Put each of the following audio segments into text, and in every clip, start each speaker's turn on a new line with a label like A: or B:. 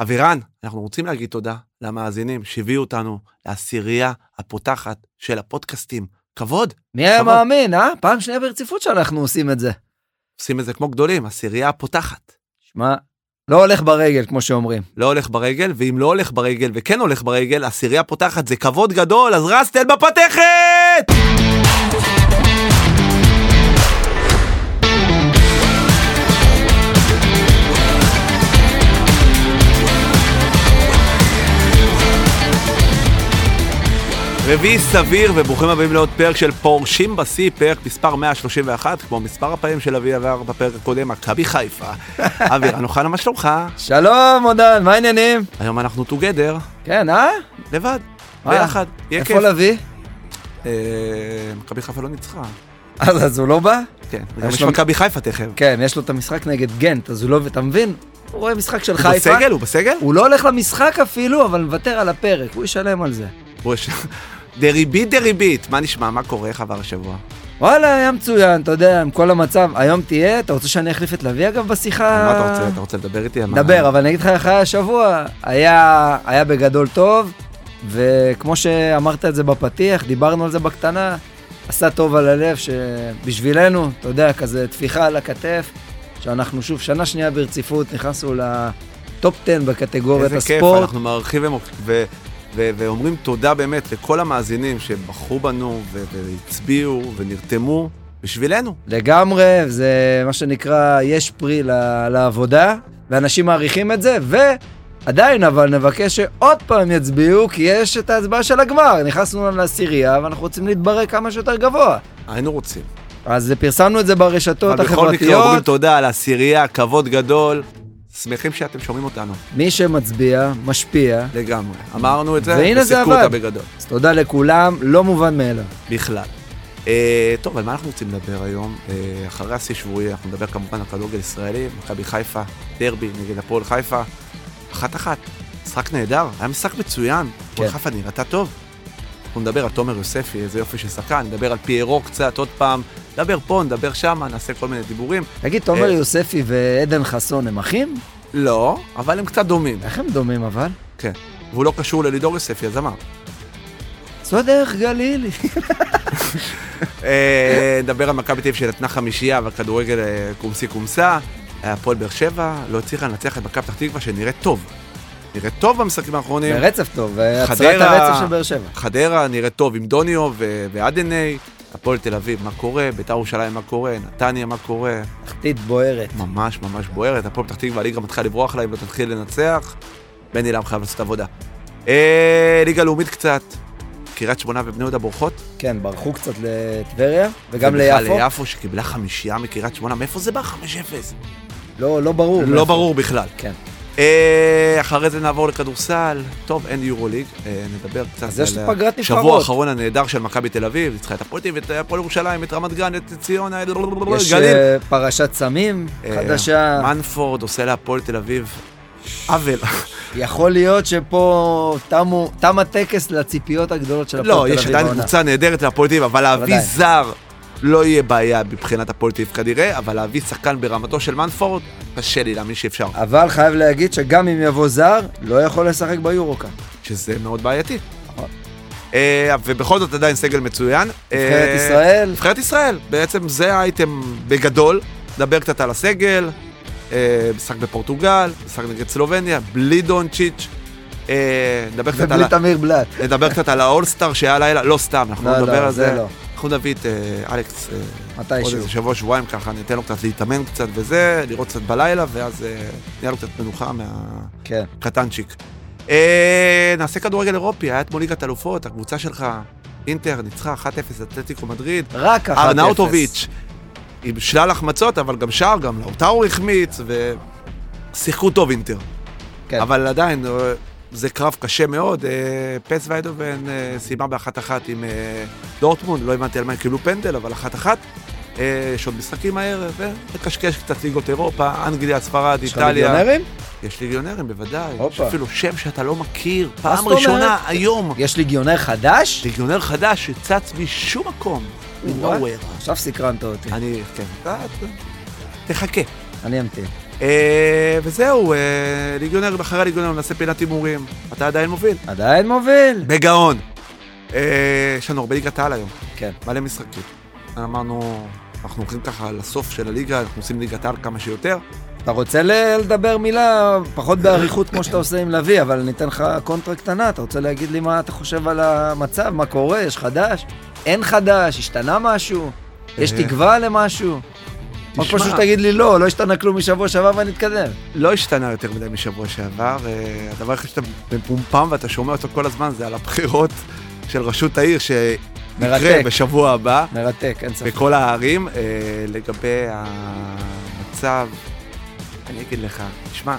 A: אבירן, אנחנו רוצים להגיד תודה למאזינים שהביאו אותנו לעשירייה הפותחת של הפודקאסטים. כבוד,
B: מי היה
A: כבוד.
B: מאמין, אה? פעם שנייה ברציפות שאנחנו עושים את זה.
A: עושים את זה כמו גדולים, עשירייה הפותחת.
B: שמע, לא הולך ברגל, כמו שאומרים.
A: לא הולך ברגל, ואם לא הולך ברגל וכן הולך ברגל, עשירייה פותחת זה כבוד גדול, אז רסטל בפתחת! רביעי סביר וברוכים הבאים לעוד פרק של פורשים בשיא, פרק מספר 131, כמו מספר הפעמים של אבי עבר בפרק הקודם, מכבי חיפה. אבירן אוחנה, מה שלומך?
B: שלום, עודן, מה העניינים?
A: היום אנחנו together,
B: כן, אה?
A: לבד,
B: אה,
A: ביחד, יהיה
B: איפה
A: כיף.
B: לביא?
A: אה, מכבי חיפה לא ניצחה.
B: אז אז הוא לא בא?
A: כן, גם יש
B: לו-
A: מכבי חיפה תכף.
B: כן, יש לו את המשחק נגד גנט, אז הוא לא... אתה מבין? הוא רואה משחק של
A: הוא
B: חיפה.
A: בסגל? הוא בסגל?
B: הוא לא הולך למשחק אפילו, אבל מוותר על הפרק, הוא ישלם על זה.
A: הוא יש- דריבית דריבית, מה נשמע? מה קורה? איך עבר השבוע?
B: וואלה, היה מצוין, אתה יודע, עם כל המצב. היום תהיה, אתה רוצה שאני אחליף את לביא אגב בשיחה?
A: על מה אתה רוצה? אתה רוצה לדבר איתי? על מה?
B: דבר, אבל אני אגיד לך איך היה השבוע, היה, היה בגדול טוב, וכמו שאמרת את זה בפתיח, דיברנו על זה בקטנה, עשה טוב על הלב שבשבילנו, אתה יודע, כזה טפיחה על הכתף, שאנחנו שוב שנה שנייה ברציפות נכנסנו לטופ 10 בקטגוריית
A: איזה כיף,
B: הספורט.
A: אנחנו מערכים ומוק- ו- ו- ואומרים תודה באמת לכל המאזינים שבחרו בנו ו- והצביעו ונרתמו בשבילנו.
B: לגמרי, זה מה שנקרא, יש פרי ל- לעבודה, ואנשים מעריכים את זה, ועדיין, אבל נבקש שעוד פעם יצביעו, כי יש את ההצבעה של הגמר. נכנסנו לעשירייה, ואנחנו רוצים להתברג כמה שיותר גבוה.
A: היינו רוצים.
B: אז פרסמנו את זה ברשתות
A: אבל בכל מקרה אומרים
B: החברתיות.
A: תודה על העשירייה, כבוד גדול. שמחים שאתם שומעים אותנו,
B: מי שמצביע, משפיע.
A: לגמרי. אמרנו את זה,
B: והנה זה
A: וסיפקו אותה
B: עבד.
A: בגדול.
B: אז תודה לכולם, לא מובן מאליו.
A: בכלל. אה, טוב, על מה אנחנו רוצים לדבר היום? אה, אחרי השיא שבועי, אנחנו נדבר כמובן על כדורגל ישראלי, מכבי חיפה, דרבי נגד הפועל חיפה, אחת-אחת, משחק נהדר, היה משחק מצוין, הפועל
B: כן.
A: חיפה נראתה טוב. אנחנו נדבר על תומר יוספי, איזה יופי של שחקן, נדבר על פיירו קצת עוד פעם, נדבר פה, נדבר שם, נעשה כל מיני דיבורים.
B: תגיד, תומר
A: אה.
B: יוספי ועדן חסון הם אחים?
A: לא, אבל הם קצת דומים,
B: איך הם דומים אבל?
A: כן. והוא לא קשור ללידור יוספי, אז אמר.
B: זו הדרך גלילי.
A: אה, נדבר על מכבי תל אביב שנתנה חמישייה והכדורגל אה, קומסי קומסה. הפועל באר שבע לא הצליחה לנצח את מכבי פתח תקווה שנראית טוב. נראית טוב במשחקים האחרונים.
B: ברצף טוב, עצרה את
A: חדרה-
B: הרצף של באר שבע.
A: חדרה נראית טוב עם דוניו ו- ועדני. הפועל תל אביב, מה קורה? ביתר ירושלים, מה קורה? נתניה, מה קורה?
B: תחתית בוערת.
A: ממש ממש בוערת. הפועל פתח תקווה, הליגה מתחילה לברוח לה אם לא תתחיל לנצח. בני לם חייב לעשות עבודה. אה, ליגה לאומית קצת. קריית שמונה ובני יהודה בורחות.
B: כן, ברחו קצת לטבריה, וגם
A: ובכלל
B: ליפו.
A: ליפו שקיבלה חמישייה מקריית שמונה. מאיפה זה בא? 5-0.
B: לא, לא ברור.
A: לא ברור בכלל.
B: כן.
A: אה, אחרי זה נעבור לכדורסל. טוב, אין יורוליג, אה, נדבר קצת
B: אז יש
A: על
B: פגרת
A: השבוע
B: נבחרות.
A: האחרון הנהדר של מכבי תל אביב, ניצחה את הפועל תל אביב, את אה, הפועל ירושלים, את רמת גן, את ציון, את
B: יש
A: גליל.
B: אה, פרשת סמים
A: אה,
B: חדשה.
A: מנפורד עושה להפועל תל אביב עוול.
B: יכול להיות שפה תמו- תם הטקס לציפיות הגדולות של
A: לא,
B: הפועל תל
A: יש
B: אביב.
A: עדיין
B: העונה.
A: קבוצה נהדרת להפועל תל אביב, אבל להביא
B: ודאי.
A: זר לא יהיה בעיה מבחינת הפועל תל אביב כנראה, אבל להביא שחקן ברמתו של מנפורד, קשה לי להאמין שאפשר,
B: אבל חייב להגיד שגם אם יבוא זר, לא יכול לשחק ביורוקאפ.
A: שזה מאוד בעייתי.
B: נכון.
A: אה, ובכל זאת עדיין סגל מצוין.
B: נבחרת
A: אה,
B: ישראל,
A: נבחרת ישראל, בעצם זה האייטם בגדול. נדבר קצת על הסגל, אה, משחק בפורטוגל, משחק נגד סלובניה, בלי דונצ'יץ'. אה, נדבר קצת על
B: ובלי
A: ה-
B: תמיר בלאט.
A: נדבר קצת על האולסטאר שהיה לילה, לא סתם, אנחנו
B: לא,
A: לא נדבר
B: לא,
A: על
B: זה
A: זה.
B: לא.
A: אנחנו נביא את אה, אלכס אה, עוד
B: מתישהו.
A: איזה שבוע, שבועיים ככה, ניתן לו קצת להתאמן קצת וזה, לראות קצת בלילה, ואז אה, נהיה לו קצת מנוחה מה...
B: כן.
A: קטנצ'יק. אה, נעשה כדורגל אירופי, היה אתמול ליגת אלופות, הקבוצה שלך, אינטר, ניצחה 1-0 אתלטיקו מדריד,
B: רק אחת אפס.
A: ארנאוטוביץ', עם שלל החמצות, אבל גם שער, גם לאוטאו החמיץ, ושיחקו טוב אינטר.
B: כן.
A: אבל עדיין, אה, זה קרב קשה מאוד, אה, פס ויידובן אה, סיימה באחת-אחת עם אה, דורטמונד, לא הבנתי על מה הם קיבלו פנדל, אבל אחת-אחת. אה, יש עוד משחקים הערב, וקשקש קצת ליגות אירופה, אנגליה, ספרד,
B: יש לך
A: איטליה.
B: ליגיונרים?
A: יש ליגיונרים, בוודאי. יש
B: הופה.
A: אפילו שם שאתה לא מכיר,
B: מה
A: פעם
B: זאת
A: ראשונה
B: אומרת?
A: היום.
B: יש ליגיונר חדש?
A: ליגיונר חדש שצץ משום מקום.
B: וואו.
A: לא מנוהוור.
B: עכשיו סקרנת אותי.
A: אני, כן. אתה- אתה- אה, תחכה.
B: אני אמתין.
A: אה, וזהו, אה, ליגיונר, אחרי ליגיונר נעשה פינת הימורים. אתה עדיין מוביל.
B: עדיין מוביל.
A: בגאון. אה, יש לנו הרבה ליגת העל היום,
B: כן.
A: מלא משחקים. אמרנו, אנחנו הולכים ככה לסוף של הליגה, אנחנו עושים ליגת העל כמה שיותר.
B: אתה רוצה ל- לדבר מילה פחות באריכות כמו שאתה עושה עם לביא, אבל אני אתן לך קונטרה קטנה, אתה רוצה להגיד לי מה אתה חושב על המצב, מה קורה, יש חדש, אין חדש, השתנה משהו, יש
A: אה.
B: תקווה למשהו. או
A: תשמע.
B: פשוט תגיד לי לא, לא השתנה כלום משבוע שעבר ונתקדם.
A: לא השתנה יותר מדי משבוע שעבר. אה, הדבר היחיד שאתה מפומפם ואתה שומע אותו כל הזמן זה על הבחירות של ראשות העיר שיקרה
B: מרתק.
A: בשבוע הבא
B: מרתק, אין ספק.
A: בכל הערים. אה, לגבי המצב, אני אגיד לך, תשמע,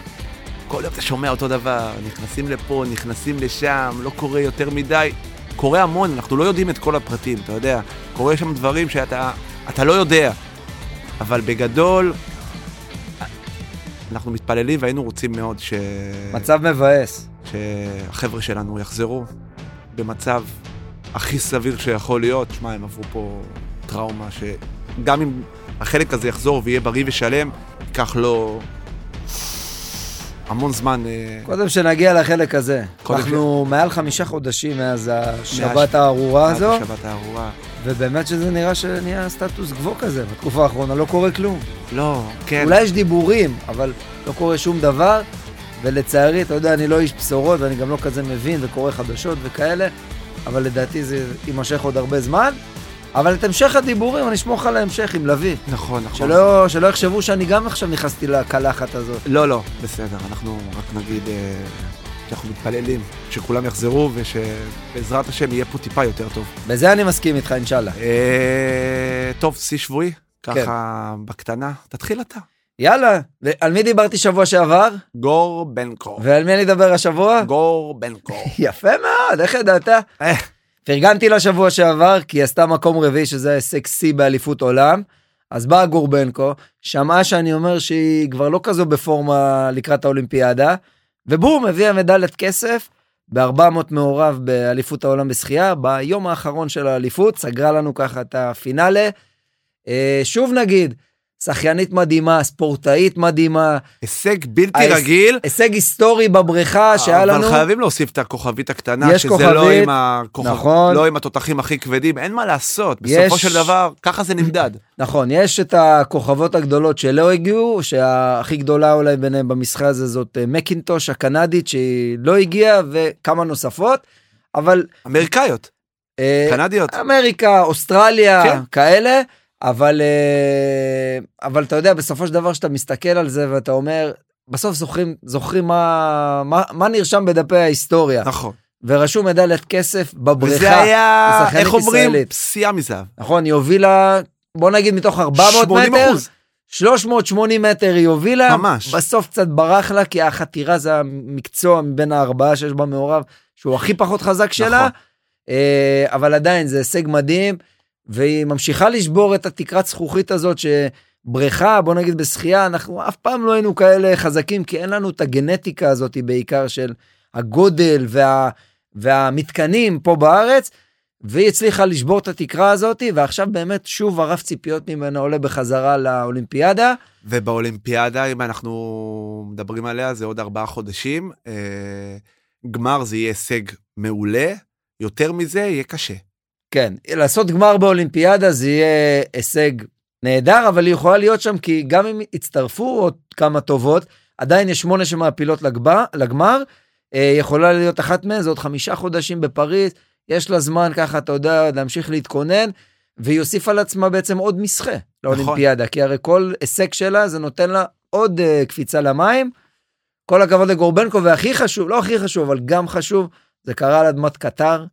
A: כל יום אתה שומע אותו דבר, נכנסים לפה, נכנסים לשם, לא קורה יותר מדי. קורה המון, אנחנו לא יודעים את כל הפרטים, אתה יודע. קורה שם דברים שאתה אתה לא יודע. אבל בגדול, אנחנו מתפללים והיינו רוצים מאוד ש...
B: מצב מבאס.
A: שהחבר'ה שלנו יחזרו במצב הכי סביר שיכול להיות. שמע, הם עברו פה טראומה שגם אם החלק הזה יחזור ויהיה בריא ושלם, ייקח לו המון זמן. אה,
B: קודם שנגיע לחלק הזה.
A: קודם
B: אנחנו מעל חמישה חודשים מאז
A: מאז-
B: השבת הארורה הזו,
A: עד השבת הארורה.
B: ובאמת שזה נראה שנהיה סטטוס גבוה כזה, בתקופה האחרונה לא קורה כלום.
A: לא, כן.
B: אולי יש דיבורים, אבל לא קורה שום דבר, ולצערי, אתה יודע, אני לא איש בשורות, ואני גם לא כזה מבין, וקורא חדשות וכאלה, אבל לדעתי זה יימשך עוד הרבה זמן. אבל את המשך הדיבורים, אני אשמור לך על ההמשך עם לביא.
A: נכון, נכון.
B: שלא, שלא יחשבו שאני גם עכשיו נכנסתי לקלחת הזאת.
A: לא, לא, בסדר, אנחנו רק נגיד אה, שאנחנו מתפללים שכולם יחזרו ושבעזרת השם יהיה פה טיפה יותר טוב.
B: בזה אני מסכים איתך, אינשאללה.
A: אה, טוב, שיא שבועי, ככה
B: כן.
A: בקטנה, תתחיל אתה.
B: יאללה, על מי דיברתי שבוע שעבר?
A: גור בנקו.
B: ועל מי אני אדבר השבוע?
A: גור בנקו.
B: יפה מאוד, איך ידעת?
A: אה.
B: פרגנתי לה שבוע שעבר, כי היא עשתה מקום רביעי, שזה הישג שיא באליפות עולם. אז באה גורבנקו, שמעה שאני אומר שהיא כבר לא כזו בפורמה לקראת האולימפיאדה, ובום, הביאה מדליית כסף, ב-400 מעורב באליפות העולם בשחייה, ביום האחרון של האליפות, סגרה לנו ככה את הפינאלה. אה, שוב נגיד, שחיינית מדהימה, ספורטאית מדהימה,
A: הישג בלתי
B: ההיש-
A: רגיל.
B: הישג היסטורי בבריכה שהיה לנו.
A: אבל חייבים להוסיף את הכוכבית הקטנה,
B: יש
A: שזה
B: כוכבית,
A: לא עם, הכוכב,
B: נכון.
A: לא עם התותחים הכי כבדים, אין מה לעשות, בסופו
B: יש-
A: של דבר, ככה זה נמדד.
B: נכון, יש את הכוכבות הגדולות שלא הגיעו, שהכי גדולה אולי ביניהם במשחק הזה זאת אה, מקינטוש הקנדית שהיא לא הגיעה וכמה נוספות, אבל
A: אמריקאיות,
B: אה,
A: קנדיות.
B: אמריקה, אוסטרליה,
A: כן.
B: כן. כאלה, אבל, אה, אבל אתה יודע, בסופו של דבר כשאתה מסתכל על זה ואתה אומר, בסוף זוכרים, זוכרים מה, מה, מה נרשם בדפי ההיסטוריה,
A: נכון.
B: ורשום מדליית כסף בבריכה.
A: וזה היה,
B: לשחקנית
A: איך אומרים?
B: ישראלית.
A: פסיעה מזהב.
B: נכון, היא הובילה, בוא נגיד מתוך 400
A: 80
B: מטר,
A: אחוז.
B: 380 מטר היא הובילה,
A: ממש.
B: בסוף קצת ברח לה, כי החתירה זה המקצוע מבין הארבעה שיש בה מעורב, שהוא הכי פחות חזק שלה,
A: נכון.
B: אה, אבל עדיין זה הישג מדהים, והיא ממשיכה לשבור את התקרת זכוכית הזאת שבריכה, בוא נגיד בשחייה, אנחנו אף פעם לא היינו כאלה חזקים, כי אין לנו את הגנטיקה הזאת בעיקר של הגודל וה, והמתקנים פה בארץ. והיא הצליחה לשבור את התקרה הזאת, ועכשיו באמת שוב הרף ציפיות ממנה עולה בחזרה לאולימפיאדה.
A: ובאולימפיאדה, אם אנחנו מדברים עליה, זה עוד ארבעה חודשים. אה, גמר זה יהיה הישג מעולה, יותר מזה יהיה קשה.
B: כן, לעשות גמר באולימפיאדה זה יהיה הישג נהדר, אבל היא יכולה להיות שם כי גם אם יצטרפו עוד כמה טובות, עדיין יש שמונה שמעפילות לגב- לגמר, אה, יכולה להיות אחת מהן, זה עוד חמישה חודשים בפריז, יש לה זמן ככה, אתה יודע, להמשיך להתכונן, והיא הוסיפה לעצמה בעצם עוד מסחה לאולימפיאדה, כי הרי כל הישג שלה זה נותן לה עוד אה, קפיצה למים. כל הכבוד לגורבנקו, והכי חשוב, לא הכי חשוב, אבל גם חשוב, זה קרה על אדמת קטר,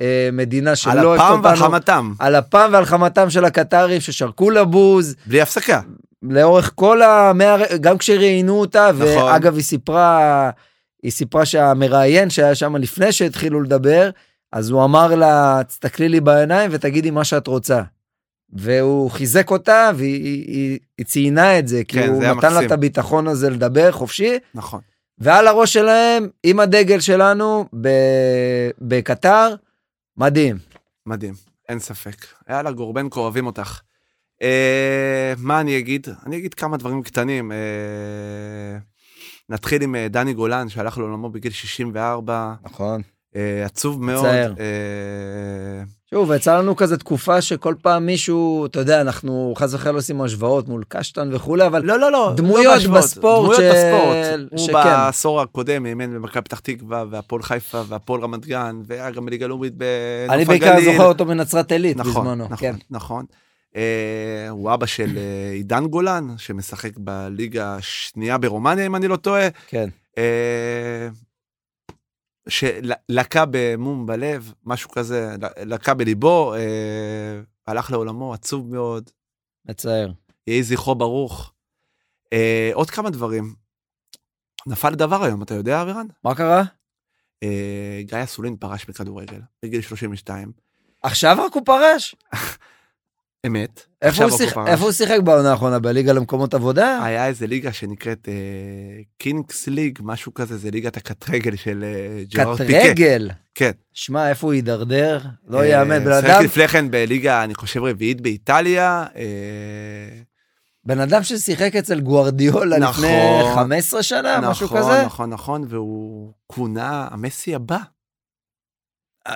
B: אה, מדינה שלא
A: על
B: אוהבת אותנו.
A: אפם ועל חמתם,
B: על אפם ועל חמתם של הקטרים ששרקו לה בוז
A: בלי הפסקה.
B: לאורך כל המאה, גם כשראיינו אותה,
A: נכון.
B: ואגב היא סיפרה, היא סיפרה שהמראיין שהיה שם לפני שהתחילו לדבר, אז הוא אמר לה, תסתכלי לי בעיניים ותגידי מה שאת רוצה. והוא חיזק אותה והיא היא, היא, היא ציינה את זה, כי
A: כן,
B: כן, הוא
A: זה היה
B: נתן לה
A: מקסים.
B: את הביטחון הזה לדבר חופשי,
A: נכון.
B: ועל הראש שלהם, עם הדגל שלנו, ב, בקטר, מדהים.
A: מדהים, אין ספק. יאללה, גורבנקו, אוהבים אותך. אה, מה אני אגיד? אני אגיד כמה דברים קטנים. אה, נתחיל עם אה, דני גולן, שהלך לעולמו בגיל 64,
B: נכון.
A: אה, עצוב מאוד.
B: מצער.
A: אה,
B: שוב, יצא לנו כזה תקופה שכל פעם מישהו, אתה יודע, אנחנו חס וחלילה עושים השוואות מול קשטן וכולי, אבל
A: לא, לא, לא.
B: דמויות
A: לא בהשוואות,
B: בספורט כן.
A: דמויות
B: של-
A: בספורט. הוא
B: שכן.
A: בעשור הקודם אימן במכבי פתח תקווה, והפועל חיפה, והפועל רמת גן, והיה גם בליגה לאומית בנוף
B: אני
A: הגליל.
B: בעיקר זוכר אותו בנצרת עילית
A: נכון,
B: בזמנו.
A: נכון,
B: כן.
A: נכון. אה, הוא אבא של אה, עידן גולן, שמשחק בליגה השנייה ברומניה, אם אני לא טועה.
B: כן.
A: אה, שלקה במום בלב, משהו כזה, ל- לקה בליבו, אה, הלך לעולמו, עצוב מאוד.
B: מצער.
A: יהי זכרו ברוך. אה, עוד כמה דברים. נפל דבר היום, אתה יודע, אבירן?
B: מה קרה?
A: אה, גיא אסולין פרש מכדורגל, בגיל 32.
B: עכשיו רק הוא פרש?
A: אמת.
B: איפה
A: עכשיו
B: הוא, שיח...
A: פרש. אה,
B: איפה הוא שיחק בעונה האחרונה? בליגה למקומות עבודה?
A: היה איזה ליגה שנקראת אה, קינגס ליג, משהו כזה, זה ליגת הקט רגל של אה, ג'רארד
B: קט
A: פיקה.
B: רגל.
A: כן.
B: שמע, איפה הוא הידרדר? לא
A: אה,
B: ייאמן, בן
A: שיחק
B: אדם,
A: לפני כן בליגה, אני חושב, רביעית באיטליה. אה,
B: בן אדם ששיחק אצל גוארדיולה
A: נכון.
B: לפני 15 שנה, אה, משהו כזה.
A: נכון, נכון, נכון, והוא כונה המסי הבא.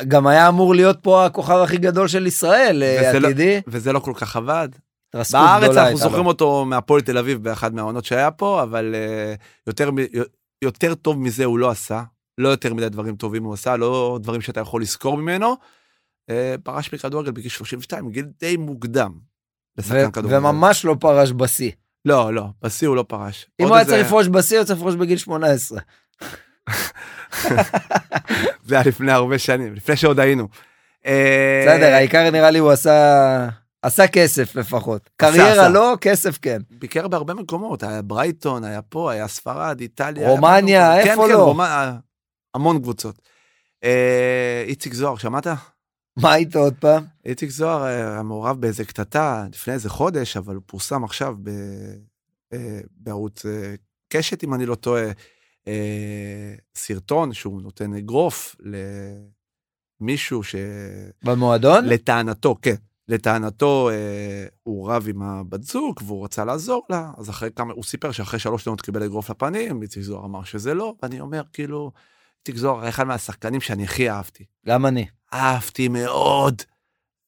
B: גם היה אמור להיות פה הכוכב הכי גדול של ישראל, אה,
A: וזה לא-
B: עתידי.
A: וזה לא כל כך עבד.
B: התרסקות
A: בארץ
B: גדולה
A: אנחנו
B: הייתה
A: זוכרים
B: לו.
A: אותו מהפועל תל אביב באחת מהעונות שהיה פה, אבל אה, יותר מ- יותר טוב מזה הוא לא עשה. לא יותר מדי דברים טובים הוא עשה, לא דברים שאתה יכול לזכור ממנו. אה, פרש מכדורגל בגיל 32, גיל די מוקדם. לשחקן
B: ו-
A: כדורגל.
B: וממש לא פרש בשיא.
A: לא, לא, בשיא הוא לא פרש.
B: אם
A: עוד
B: הוא היה
A: איזה- אה,
B: צריך לפרוש בשיא, הוא צריך לפרוש בגיל 18.
A: זה היה לפני הרבה שנים, לפני שעוד היינו. אה,
B: בסדר, העיקר נראה לי הוא עשה... עשה כסף לפחות. קריירה
A: עשה.
B: לא, כסף כן.
A: ביקר בהרבה מקומות, היה ברייטון, היה פה, היה ספרד, איטליה. היה
B: רומניה,
A: בהרבה מקומות.
B: איפה
A: כן, כן,
B: לא?
A: רומניה, המון קבוצות. אה, איציק זוהר, שמעת?
B: מה איתו עוד פעם?
A: איציק זוהר אה, היה מעורב באיזה קטטה לפני איזה חודש, אבל הוא פורסם עכשיו ב, אה, בערוץ אה, קשת, אם אני לא טועה, אה, סרטון שהוא נותן אגרוף למישהו ש...
B: במועדון?
A: לטענתו, כן. לטענתו, אה, הוא רב עם הבת זוג והוא רצה לעזור לה, אז אחרי כמה, הוא סיפר שאחרי שלוש שנות קיבל אגרוף לפנים, איציק זוהר אמר שזה לא, ואני אומר, כאילו, איציק זוהר היה אחד מהשחקנים שאני הכי אהבתי.
B: גם אני.
A: אהבתי מאוד.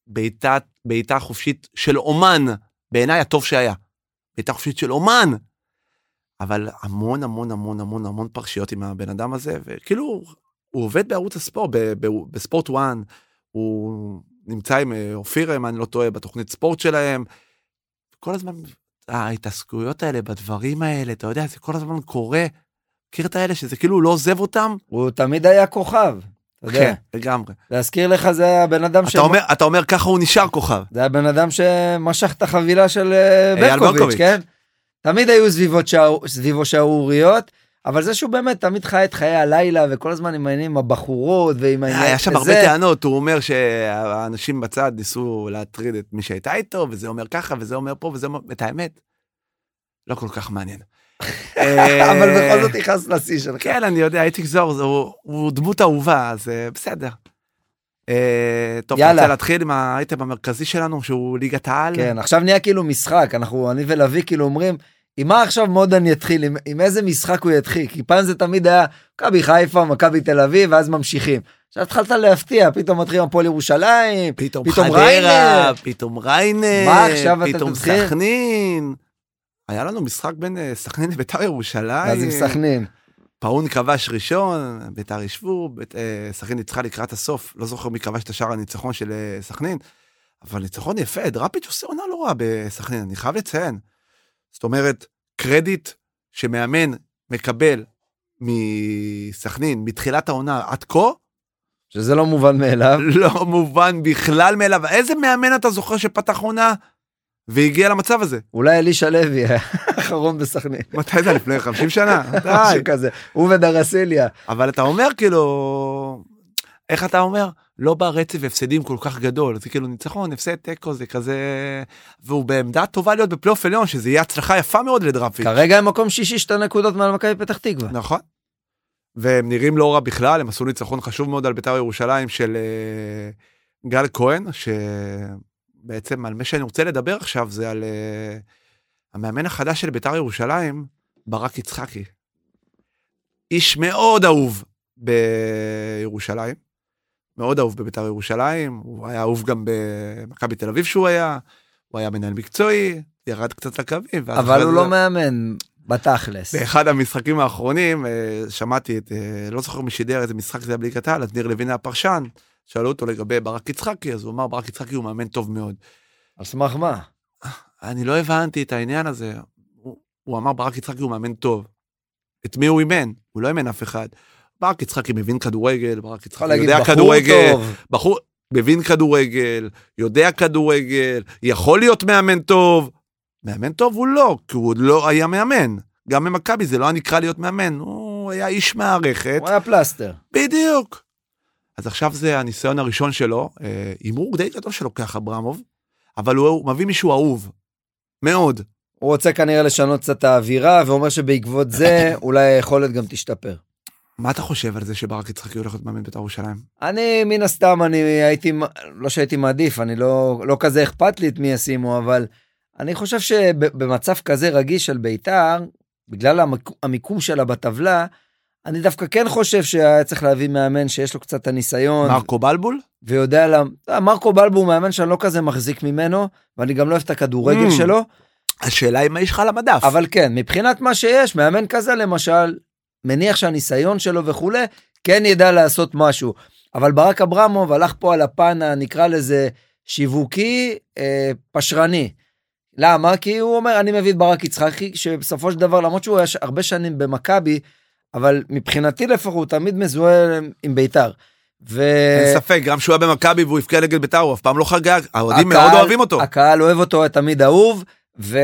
A: בעיטה, בעיטה חופשית של אומן, בעיניי הטוב שהיה. בעיטה חופשית של אומן. אבל המון המון המון המון המון פרשיות עם הבן אדם הזה, וכאילו הוא עובד בערוץ הספורט, ב- ב- בספורט וואן, הוא נמצא עם אה, אופיר, אם אני לא טועה, בתוכנית ספורט שלהם. כל הזמן ההתעסקויות האלה בדברים האלה, אתה יודע, זה כל הזמן קורה. מכיר את האלה שזה כאילו לא עוזב אותם? כן,
B: הוא תמיד היה כוכב. אתה יודע.
A: לגמרי.
B: להזכיר לך, זה היה בן אדם ש...
A: אתה אומר, אתה אומר ככה הוא נשאר כוכב.
B: זה היה בן אדם שמשך את החבילה של אה,
A: אייל
B: ברקוביץ',
A: ברקוביץ'.
B: כן? תמיד היו סביבות שער- סביבו שערוריות, אבל זה שהוא באמת תמיד חי את חיי הלילה, וכל הזמן עם העניינים עם הבחורות, ועם העניינים...
A: אה, היה שם הרבה
B: זה.
A: טענות, הוא אומר שהאנשים בצד ניסו להטריד את מי שהייתה איתו, וזה אומר ככה, וזה אומר פה, וזה אומר... את האמת, לא כל כך מעניין.
B: אבל
A: אה,
B: בכל זאת נכנס לשיא שלך.
A: כן, אני יודע, איציק זוהר זה- הוא- הוא דמות אהובה, אז אה, בסדר. אה, טוב,
B: יאללה.
A: אתה רוצה להתחיל עם האייטם המרכזי שלנו, שהוא ליגת העל?
B: כן, עכשיו נהיה כאילו משחק, אנחנו, אני ולוי כאילו אומרים, עם מה עכשיו מודן יתחיל, עם, עם איזה משחק הוא יתחיל? כי פעם זה תמיד היה מכבי חיפה, מכבי תל אביב, ואז ממשיכים. עכשיו התחלת להפתיע, פתאום מתחיל הפועל ירושלים,
A: פתאום
B: פתאום
A: חדרה,
B: ריינר.
A: פתאום ריינר,
B: מה עכשיו אתה
A: פתאום
B: תתחיל?
A: סכנין. היה לנו משחק בין אה, סכנין לביתר ירושלים.
B: אז עם סכנין.
A: פאון כבש ראשון, ביתר ישבו, בית- אה, סכנין ניצחה לקראת הסוף, לא זוכר מי כבש את השער הניצחון של אה, סכנין, אבל ניצחון יפה, דראפיץ' עושה עונה לא רעה בסכנין, אני חייב לציין. זאת אומרת, קרדיט שמאמן מקבל מסכנין מתחילת העונה עד כה,
B: שזה לא מובן מאליו.
A: לא מובן בכלל מאליו. איזה מאמן אתה זוכר שפתח עונה והגיע למצב הזה?
B: אולי אלישע לוי היה האחרון בסכנין.
A: מתי זה, לפני 50 שנה? די.
B: משהו כזה. הוא ודרסיליה.
A: אבל אתה אומר כאילו, איך אתה אומר? לא בא רצף הפסדים כל כך גדול, זה כאילו ניצחון, הפסד תיקו, זה כזה... והוא בעמדה טובה להיות בפלייאוף עליון, שזה יהיה הצלחה יפה מאוד לדראפיץ'.
B: כרגע הם מקום שישי, שתי נקודות מעל מכבי פתח תקווה.
A: נכון. והם נראים לא רע בכלל, הם עשו ניצחון חשוב מאוד על בית"ר ירושלים של אה, גל כהן, ש... בעצם על מה שאני רוצה לדבר עכשיו זה על אה, המאמן החדש של בית"ר ירושלים, ברק יצחקי. איש מאוד אהוב בירושלים, מאוד אהוב בבית"ר ירושלים, הוא היה אהוב גם במכבי תל אביב שהוא היה, הוא היה מנהל מקצועי, ירד קצת לקווים. ואז
B: אבל
A: אחרי
B: הוא
A: זה-
B: לא מאמן, בתכלס.
A: באחד המשחקים האחרונים אה, שמעתי את, אה, לא זוכר מי שידר איזה משחק זה היה בליגת העל, אז ניר לוין היה פרשן, שאלו אותו לגבי ברק יצחקי, אז הוא אמר ברק יצחקי הוא מאמן טוב מאוד.
B: על סמך מה?
A: אני לא הבנתי את העניין הזה. הוא, הוא אמר ברק יצחקי הוא מאמן טוב. את מי הוא אימן? הוא לא אימן אף אחד. ברק יצחקי מבין כדורגל, ברק
B: יכול
A: יצחקי
B: להגיד,
A: יודע
B: בחור
A: כדורגל,
B: טוב.
A: בחור מבין כדורגל, יודע כדורגל, יכול להיות מאמן טוב. מאמן טוב הוא לא, כי הוא עוד לא היה מאמן. גם במכבי זה לא היה נקרא להיות מאמן, הוא היה איש מערכת.
B: הוא היה פלסטר.
A: בדיוק. אז עכשיו זה הניסיון הראשון שלו, אה, הימור די גדול שלוקח אברמוב, אבל הוא, הוא מביא מישהו אהוב. מאוד.
B: הוא רוצה כנראה לשנות קצת את האווירה, ואומר שבעקבות זה אולי היכולת גם תשתפר.
A: מה אתה חושב על זה שברק יצחקי הולך להיות מאמן בית"ר ירושלים?
B: אני מן הסתם אני הייתי לא שהייתי מעדיף אני לא לא כזה אכפת לי את מי ישימו אבל אני חושב שבמצב כזה רגיש של בית"ר בגלל המק, המיקום שלה בטבלה אני דווקא כן חושב שהיה צריך להביא מאמן שיש לו קצת הניסיון
A: מרקו בלבול?
B: ויודע לה אה, מרקו בלבו הוא מאמן שאני לא כזה מחזיק ממנו ואני גם לא אוהב את הכדורגל
A: Mm.
B: שלו
A: השאלה היא מה יש לך על המדף.
B: אבל כן, מבחינת מה שיש, מאמן כזה למשל, מניח שהניסיון שלו וכולי, כן ידע לעשות משהו. אבל ברק אברמוב הלך פה על הפן, ה- נקרא לזה, שיווקי, אה, פשרני. למה? כי הוא אומר, אני מביא את ברק יצחקי, שבסופו של דבר, למרות שהוא היה ש- הרבה שנים במכבי, אבל מבחינתי לפחות הוא תמיד מזוהה עם בית"ר. ו... אה,
A: אין ספק, גם שהוא היה במכבי והוא הבקיע נגד בית"ר, הוא אף פעם לא חגג, האוהדים
B: הקהל-
A: מאוד אוהבים אותו.
B: הקהל אוהב אותו, היה תמיד אהוב, ו...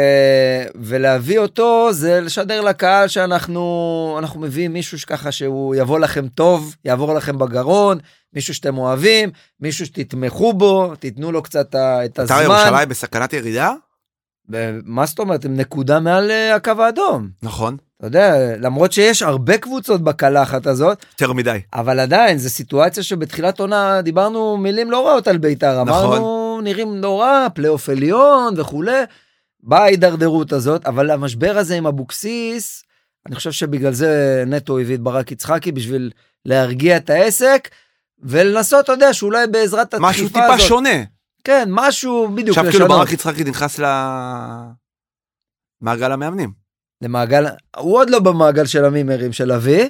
B: ולהביא אותו זה לשדר לקהל שאנחנו אנחנו מביאים מישהו שככה שהוא יבוא לכם טוב, יעבור לכם בגרון, מישהו שאתם אוהבים, מישהו שתתמכו בו, תיתנו לו קצת ה- את
A: בית"ר
B: הזמן.
A: ירושלים בסכנת ירידה?
B: ו- מה זאת אומרת, הם נקודה מעל אה, הקו האדום.
A: נכון,
B: אתה יודע, למרות שיש הרבה קבוצות בקלחת הזאת,
A: יותר מדי.
B: אבל עדיין, זו סיטואציה שבתחילת עונה דיברנו מילים לא רעות על בית"ר.
A: נכון.
B: אמרנו, נראים נורא, פלייאוף עליון וכולי. באה ההידרדרות הזאת, אבל המשבר הזה עם אבוקסיס, אני חושב שבגלל זה נטו הביא את ברק יצחקי, בשביל להרגיע את העסק, ולנסות, אתה יודע, שאולי בעזרת הדחיפה הזאת...
A: משהו טיפה שונה.
B: כן, משהו בדיוק
A: עכשיו
B: לשנות.
A: כאילו ברק יצחקי נכנס למעגל המאמנים.
B: למעגל, הוא עוד לא במעגל של המימרים של אבי,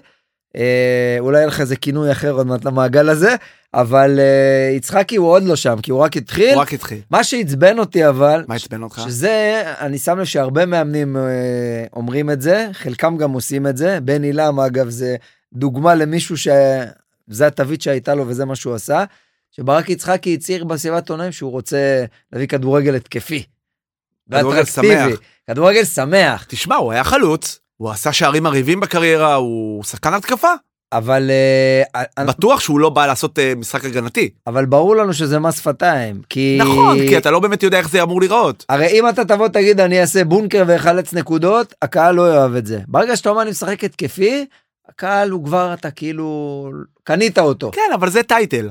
B: אה, אולי יהיה לך איזה כינוי אחר עוד מעט למעגל הזה, אבל אה, יצחקי הוא עוד לא שם, כי הוא רק התחיל.
A: הוא רק התחיל.
B: מה שעצבן אותי אבל,
A: מה עצבן אותך?
B: שזה, אני שם לב שהרבה מאמנים אה, אומרים את זה, חלקם גם עושים את זה, בן עילם אגב זה דוגמה למישהו שזה התווית שהייתה לו וזה מה שהוא עשה, שברק יצחקי הצהיר בסביבת עונאים שהוא רוצה להביא כדורגל התקפי.
A: כדורגל
B: ואטרקטיבי.
A: שמח.
B: כדורגל שמח.
A: תשמע, הוא היה חלוץ, הוא עשה שערים מרהיבים בקריירה, הוא שחקן התקפה.
B: אבל, אה,
A: בטוח שהוא לא בא לעשות אה, משחק הגנתי.
B: אבל ברור לנו שזה מס שפתיים, כי...
A: נכון, כי אתה לא באמת יודע איך זה אמור להיראות.
B: הרי אם אתה תבוא תגיד אני אעשה בונקר ואחלץ נקודות, הקהל לא יאהב את זה. ברגע שאתה אומר אני משחק התקפי, הקהל הוא כבר אתה כאילו קנית אותו.
A: כן, אבל זה טייטל.
B: אה,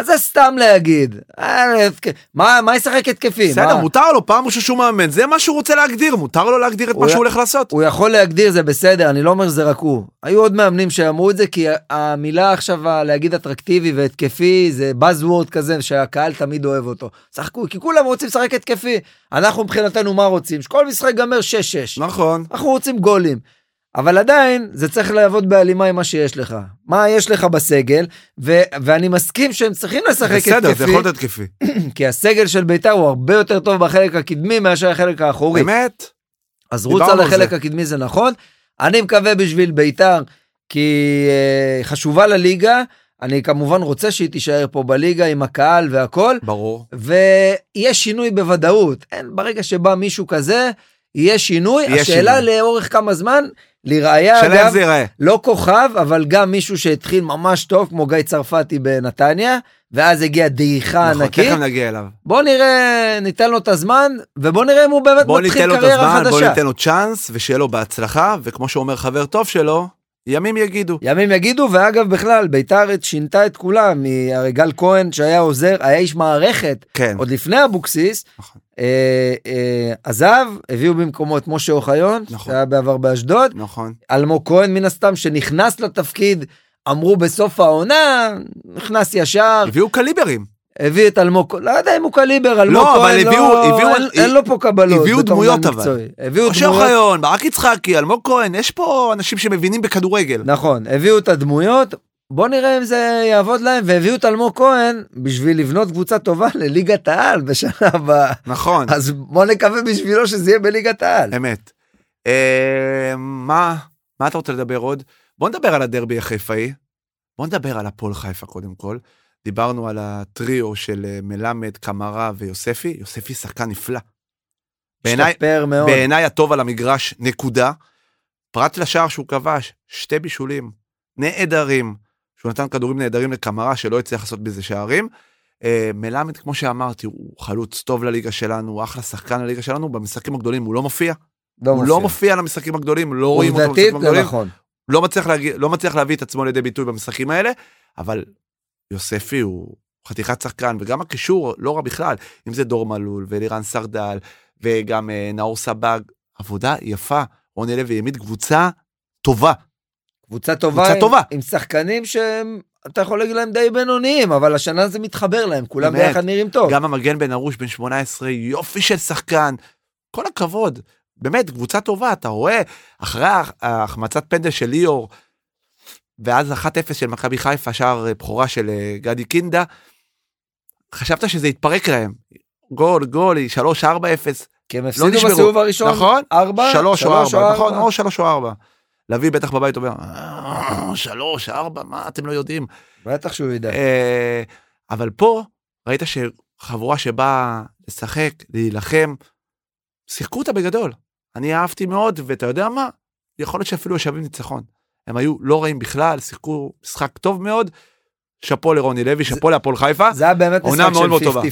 B: אז זה סתם להגיד. אה, התק- מה מה ישחק התקפי?
A: בסדר,
B: מה?
A: מותר לו, פעם ראשונה שהוא מאמן, זה מה שהוא רוצה להגדיר, מותר לו להגדיר את
B: הוא
A: מה שהוא
B: היה-
A: הולך לעשות.
B: הוא יכול להגדיר זה בסדר, אני לא אומר שזה רק הוא. היו עוד מאמנים שאמרו את זה כי המילה עכשיו ה- להגיד אטרקטיבי והתקפי זה באז וורד כזה שהקהל תמיד אוהב אותו. שחקו, כי כולם רוצים לשחק התקפי. אנחנו מבחינתנו מה רוצים? שכל משחק ייגמר 6-6.
A: נכון.
B: אנחנו רוצים גולים. אבל עדיין זה צריך לעבוד בהלימה עם מה שיש לך. מה יש לך בסגל, ו- ואני מסכים שהם צריכים לשחק
A: בסדר, זה
B: התקפי,
A: יכול להיות התקפי.
B: כי הסגל של ביתר הוא הרבה יותר טוב בחלק הקדמי מאשר החלק האחורי.
A: באמת?
B: אז
A: דיברנו
B: רוץ על
A: על זה.
B: החלק הקדמי זה נכון. אני מקווה בשביל ביתר, כי אה, חשובה לליגה, אני כמובן רוצה שהיא תישאר פה בליגה עם הקהל והכל,
A: ברור.
B: ויהיה שינוי בוודאות. אין, ברגע שבא מישהו כזה, יהיה שינוי.
A: יהיה
B: השאלה
A: שינוי.
B: לאורך כמה זמן, לראיה
A: שאלה איך
B: אה, גם,
A: זה ייראה.
B: לא כוכב, אבל גם מישהו שהתחיל ממש טוב, כמו גיא צרפתי בנתניה, ואז הגיעה דעיכה
A: נכון,
B: ענקית.
A: תכף נגיע אליו.
B: בוא נראה, ניתן לו את הזמן, ובוא נראה אם הוא באמת
A: בוא
B: מתחיל
A: ניתן לו את
B: קריירה
A: הזמן, בוא
B: חדשה.
A: ניתן לו צ'אנס, ושיהיה לו בהצלחה, וכמו שאומר חבר טוב שלו, ימים יגידו.
B: ימים יגידו, ואגב, בכלל, ביתר שינתה את כולם, מ- הרי גל כהן שהיה עוזר, היה איש מערכת,
A: כן.
B: עוד לפני אבוקסיס,
A: נכון.
B: אה, אה, עזב, הביאו במקומו את משה אוחיון,
A: נכון.
B: שהיה בעבר באשדוד,
A: נכון.
B: אלמוג כהן מן הסתם, שנכנס לתפקיד, אמרו בסוף העונה, נכנס ישר,
A: הביאו קליברים.
B: הביא את אלמוג, כהן, לא יודע אם הוא קליבר, אלמוג
A: לא, אבל
B: כהן לא,
A: הביאו- הביאו-
B: אין, אין לו פה קבלות,
A: הביאו
B: בתור
A: דמויות
B: מאמן
A: אבל.
B: מקצועי. הביאו
A: משה
B: דמויות,
A: אוחיון, ברק יצחקי, אלמוג כהן, יש פה אנשים שמבינים בכדורגל.
B: נכון, הביאו את הדמויות, בוא נראה אם זה יעבוד להם, והביאו את אלמוג כהן בשביל לבנות קבוצה טובה לליגת העל בשנה הבאה.
A: נכון,
B: אז בוא נקווה בשבילו שזה יהיה בליגת העל.
A: אמת. אה, מה מה אתה רוצה לדבר עוד? בוא נדבר על הדרבי החיפאי. בוא נדבר על הפועל חיפה קודם כל. דיברנו על הטריו של אה, מלמד, קמרה ויוספי. יוספי שחקן נפלא. בעיניי
B: השתפר מאוד.
A: בעיניי הטוב על המגרש, נקודה. פרט לשער שהוא כבש, שתי בישולים נהדרים, שהוא נתן כדורים נהדרים לקמרה שלא הצליח לעשות בזה שערים. אה, מלמד, כמו שאמרתי, הוא חלוץ טוב לליגה שלנו, הוא אחלה שחקן לליגה שלנו, במשחקים הגדולים הוא לא מופיע. הוא לא מופיע למשחקים הגדולים, לא רואים אותו
B: עובדתית
A: במשחקים
B: זה
A: הגדולים.
B: נכון.
A: לא מצליח, להגיע, לא מצליח להביא את עצמו לידי ביטוי במשחקים האלה, אבל יוספי הוא חתיכת שחקן, וגם הקישור לא רע בכלל, אם זה דור מלול ואלירן סרדל וגם אה, נאור סבג, עבודה יפה, רוני לוי העמיד קבוצה טובה.
B: קבוצה טובה.
A: קבוצה
B: עם-
A: טובה.
B: עם שחקנים שהם, אתה יכול להגיד להם די בינוניים, אבל השנה זה מתחבר להם, כולם
A: אמת.
B: ביחד נראים טוב.
A: גם המגן בן ארוש בן 18, יופי של שחקן, כל הכבוד, באמת, קבוצה טובה, אתה רואה, אחרי הה- ההחמצת פנדל של ליאור, ואז 1-0 של מכבי חיפה, שער אה, בכורה של אה, גדי קינדה, חשבת שזה יתפרק להם. גול, גול, 3-4-0,
B: כי הם הפסידו
A: לא נשברו.
B: בסיבוב הראשון.
A: נכון?
B: 4?
A: 3 או 4, נכון? או 3 או 4. לביא בטח בבית אומר, 3, 4, מה אתם לא יודעים?
B: בטח שהוא ידע.
A: אה, אבל פה ראית שחבורה שבאה לשחק, להילחם, שיחקו אותה בגדול. אני אהבתי מאוד, ואתה יודע מה? יכול להיות שאפילו שווים ניצחון. הם היו לא רעים בכלל, שיחקו משחק טוב מאוד. שאפו לרוני לוי, שאפו להפועל חיפה.
B: זה היה באמת
A: עונה
B: משחק
A: מאוד מאוד
B: של
A: טובה.
B: 50-50.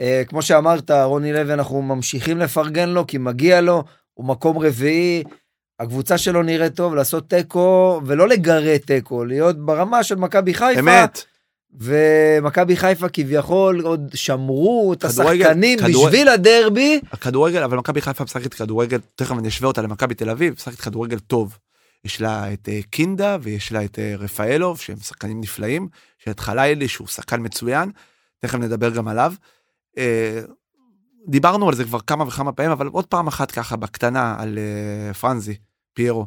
B: אה, כמו שאמרת, רוני לוי, אנחנו ממשיכים לפרגן לו, כי מגיע לו, הוא מקום רביעי, הקבוצה שלו נראית טוב, לעשות תיקו, ולא לגרד תיקו, להיות ברמה של מכבי חיפה.
A: אמת.
B: ומכבי חיפה כביכול עוד שמרו את
A: כדורגל-
B: השחקנים
A: כדורגל-
B: בשביל הדרבי.
A: הכדורגל, אבל מכבי חיפה משחקת כדורגל, תכף אני אשווה אותה למכבי תל אביב, משחקת כדורגל טוב. יש לה את אה, קינדה ויש לה את אה, רפאלוב, שהם שחקנים נפלאים, יש לה את חלילי, שהוא שחקן מצוין, תכף נדבר גם עליו. אה, דיברנו על זה כבר כמה וכמה פעמים, אבל עוד פעם אחת ככה, בקטנה, על אה, פרנזי, פיירו.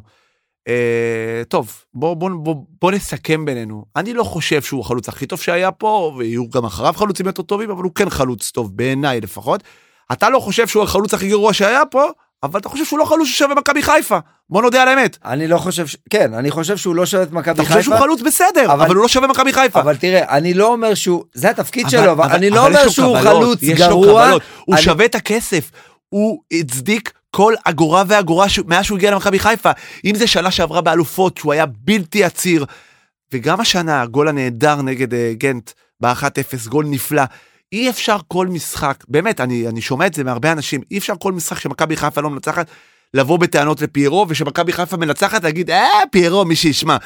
A: אה, טוב, בוא, בוא, בוא, בוא נסכם בינינו. אני לא חושב שהוא החלוץ הכי טוב שהיה פה, ויהיו גם אחריו חלוצים יותר טובים, אבל הוא כן חלוץ טוב, בעיניי לפחות. אתה לא חושב שהוא החלוץ הכי גרוע שהיה פה, אבל אתה חושב שהוא לא חלוץ ששווה מכבי חיפה. בוא נודה על האמת.
B: אני לא חושב, ש... כן, אני חושב שהוא לא שווה את מכבי
A: אתה חושב שהוא
B: חיפה.
A: חלוץ בסדר,
B: אבל-
A: אבל הוא לא שווה מכבי חיפה.
B: אבל תראה, אני לא אומר שהוא, זה התפקיד
A: אבל-
B: שלו, אבל
A: אבל-
B: אני לא
A: אבל יש
B: אומר
A: לו
B: שהוא
A: קבלות,
B: חלוץ
A: יש לו
B: גרוע.
A: קבלות. הוא
B: אני-
A: שווה את הכסף. הוא הצדיק כל אגורה ואגורה ש- מאז שהוא הגיע למכבי חיפה. אם זה שנה שעברה באלופות, שהוא היה בלתי עציר, וגם השנה, הגול הנהדר נגד אה, גנט ב-1-0, גול נפלא. אי אפשר כל משחק, באמת, אני, אני שומע את זה מהרבה אנשים, אי אפשר כל משחק שמכבי חיפה לא מנצחת, לבוא בטענות לפיירו, ושמכבי חיפה מנצחת, להגיד, אה, פיירו, מי שישמע.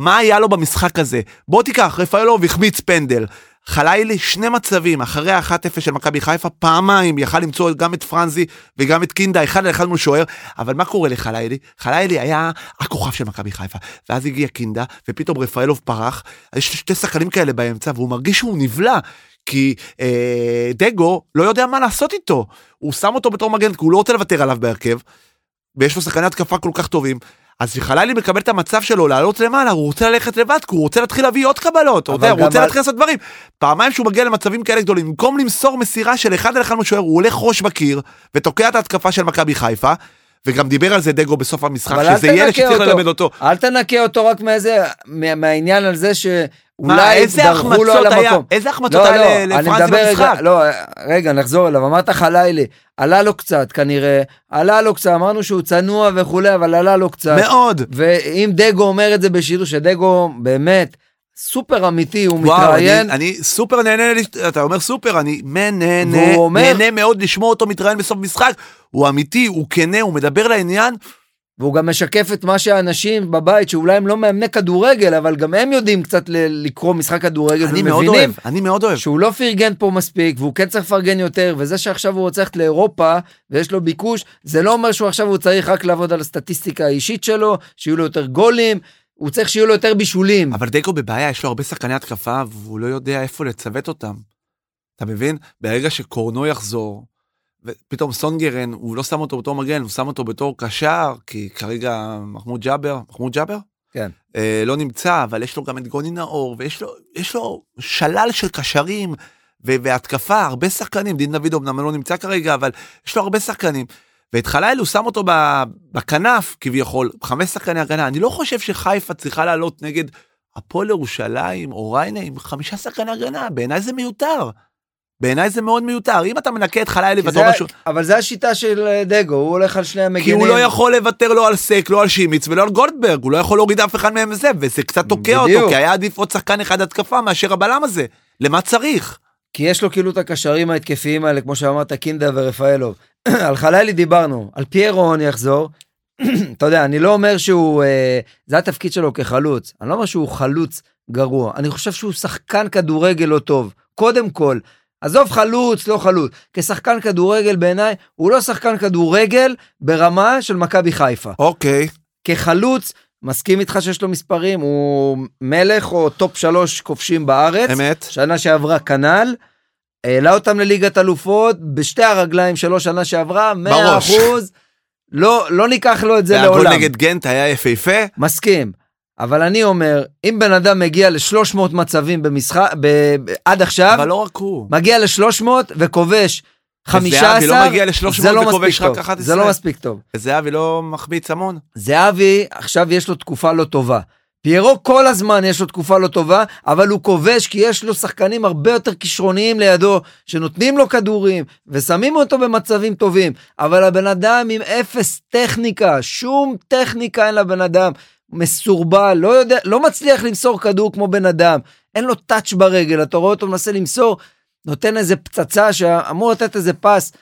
A: מה היה לו במשחק הזה? בוא תיקח, רפאלוב החמיץ פנדל. חלילי שני מצבים, אחרי ה-1-0 של מכבי חיפה, פעמיים יכל למצוא גם את פרנזי וגם את קינדה, אחד על אחד מול שוער, אבל מה קורה לחלילי? חלילי היה הכוכב של מכבי חיפה, ואז הגיע קינדה, ופתאום רפאלוב פרח, אז יש שתי שחקנים כאלה באמצע, והוא מרגיש שהוא נבלע, כי אה, דגו לא יודע מה לעשות איתו, הוא שם אותו בתור מגן, כי הוא לא רוצה לוותר עליו בהרכב, ויש לו שחקני התקפה כל כך טובים. אז כשחלילי מקבל את המצב שלו לעלות למעלה, הוא רוצה ללכת לבד, כי הוא רוצה להתחיל להביא עוד קבלות, אתה
B: אבל
A: יודע, הוא
B: גם
A: רוצה
B: על-
A: להתחיל לעשות דברים. פעמיים שהוא מגיע למצבים כאלה גדולים, במקום למסור מסירה של אחד על אחד משוער, הוא הולך ראש בקיר, ותוקע את ההתקפה של מכבי חיפה, וגם דיבר על זה דגו בסוף המשחק,
B: אבל אל
A: שזה ילד
B: תנקה
A: שצריך
B: אותו.
A: ללמד אותו.
B: אל תנקה אותו רק מאיזה, מה- מהעניין על זה
A: מה,
B: שאולי
A: איזה
B: דרכו לו על
A: החמצות היה,
B: המקום.
A: איזה החמצות
B: לא, לא,
A: היה ל-
B: אני
A: לפרנזי
B: מדבר רגע,
A: במשחק?
B: לא, רגע, נחזור אליו. אמרת חלילי, עלה לו קצת כנראה, עלה לו קצת, אמרנו שהוא צנוע וכולי, אבל עלה לו קצת.
A: מאוד.
B: ואם דגו אומר את זה בשידור, שדגו באמת סופר אמיתי, הוא
A: וואו,
B: מתראיין.
A: אני, אני סופר נהנה, לש- אתה אומר סופר, אני
B: והוא
A: נהנה,
B: אומר-
A: נהנה מאוד לשמוע אותו מתראיין בסוף משחק, הוא אמיתי, הוא כנה, הוא מדבר לעניין,
B: והוא גם משקף את מה שהאנשים בבית, שאולי הם לא מאמני כדורגל, אבל גם הם יודעים קצת ל- לקרוא משחק כדורגל
A: אני
B: ומבינים.
A: מאוד אוהב, אני מאוד אוהב.
B: שהוא לא פרגן פה מספיק והוא כן צריך לפרגן יותר וזה שעכשיו הוא רוצה ללכת לאירופה ויש לו ביקוש זה לא אומר שהוא עכשיו הוא צריך רק לעבוד על הסטטיסטיקה האישית שלו שיהיו לו יותר גולים הוא צריך שיהיו לו יותר בישולים.
A: אבל דגו בבעיה, יש לו הרבה שחקני התקפה, והוא לא יודע איפה לצוות אותם. אתה מבין? ברגע שקורנו יחזור, ופתאום סונגרן, הוא לא שם אותו בתור מגן, הוא שם אותו בתור קשר, כי כרגע מחמוד ג'אבר, מחמוד ג'אבר?
B: כן.
A: אה, לא נמצא, אבל יש לו גם את גוני נאור, ויש לו, יש לו שלל של קשרים, ו- והתקפה, הרבה שחקנים, דין דוד אמנם לא נמצא כרגע, אבל יש לו הרבה שחקנים. ואת חליל הוא שם אותו ב- בכנף, כביכול, חמש שחקני הגנה. אני לא חושב שחיפה צריכה לעלות נגד הפועל ירושלים או ריינה עם חמישה שחקני הגנה, בעיניי זה מיותר. בעיניי זה מאוד מיותר. אם אתה מנקה את חלילי
B: כי
A: ואתה אומר
B: זה-
A: שהוא...
B: אבל זה השיטה של אה, דגו הוא הולך על שני
A: כי
B: המגינים.
A: הוא לא יכול לוותר לא על סק, לא על שימיץ ולא על גולדברג, הוא לא יכול להוריד אף אחד מהם זה, וזה קצת תוקע
B: בדיוק.
A: אותו, כי היה עדיף עוד שחקן אחד התקפה מאשר הבלם הזה. למה צריך?
B: כי יש לו כאילו את הקשרים ההתקפיים האלה כמו שאמרת קינדה ורפאלוב. על חלילי דיברנו על פיירון יחזור. אתה יודע אני לא אומר שהוא אה, זה התפקיד שלו כחלוץ אני לא אומר שהוא חלוץ גרוע אני חושב שהוא שחקן כדורגל לא טוב קודם כל. עזוב חלוץ לא חלוץ כשחקן כדורגל בעיניי הוא לא שחקן כדורגל ברמה של מכבי חיפה
A: אוקיי.
B: כחלוץ מסכים איתך שיש לו מספרים הוא מלך או טופ שלוש כובשים בארץ
A: אמת.
B: שנה שעברה כנ"ל, העלה אותם לליגת אלופות בשתי הרגליים שלו שנה שעברה, 100
A: בראש.
B: אחוז, לא, לא ניקח לו את זה
A: והגול
B: לעולם.
A: נגד גנט היה יפהפה,
B: מסכים. אבל אני אומר, אם בן אדם מגיע ל-300 מצבים במשחק, ב- ב- עד עכשיו,
A: אבל לא רק הוא.
B: מגיע ל-300 וכובש 15,
A: וזהבי לא מגיע ל-300
B: זה לא
A: וכובש
B: מספיק
A: רק
B: טוב.
A: 11.
B: זה לא מספיק טוב.
A: זהבי לא מחמיץ המון.
B: זהבי, עכשיו יש לו תקופה לא טובה. פיירו כל הזמן יש לו תקופה לא טובה, אבל הוא כובש כי יש לו שחקנים הרבה יותר כישרוניים לידו, שנותנים לו כדורים ושמים אותו במצבים טובים, אבל הבן אדם עם אפס טכניקה, שום טכניקה אין לבן אדם, מסורבל, לא יודע, לא מצליח למסור כדור כמו בן אדם, אין לו טאץ' ברגל, אתה רואה אותו מנסה למסור, נותן איזה פצצה שאמור לתת איזה פס.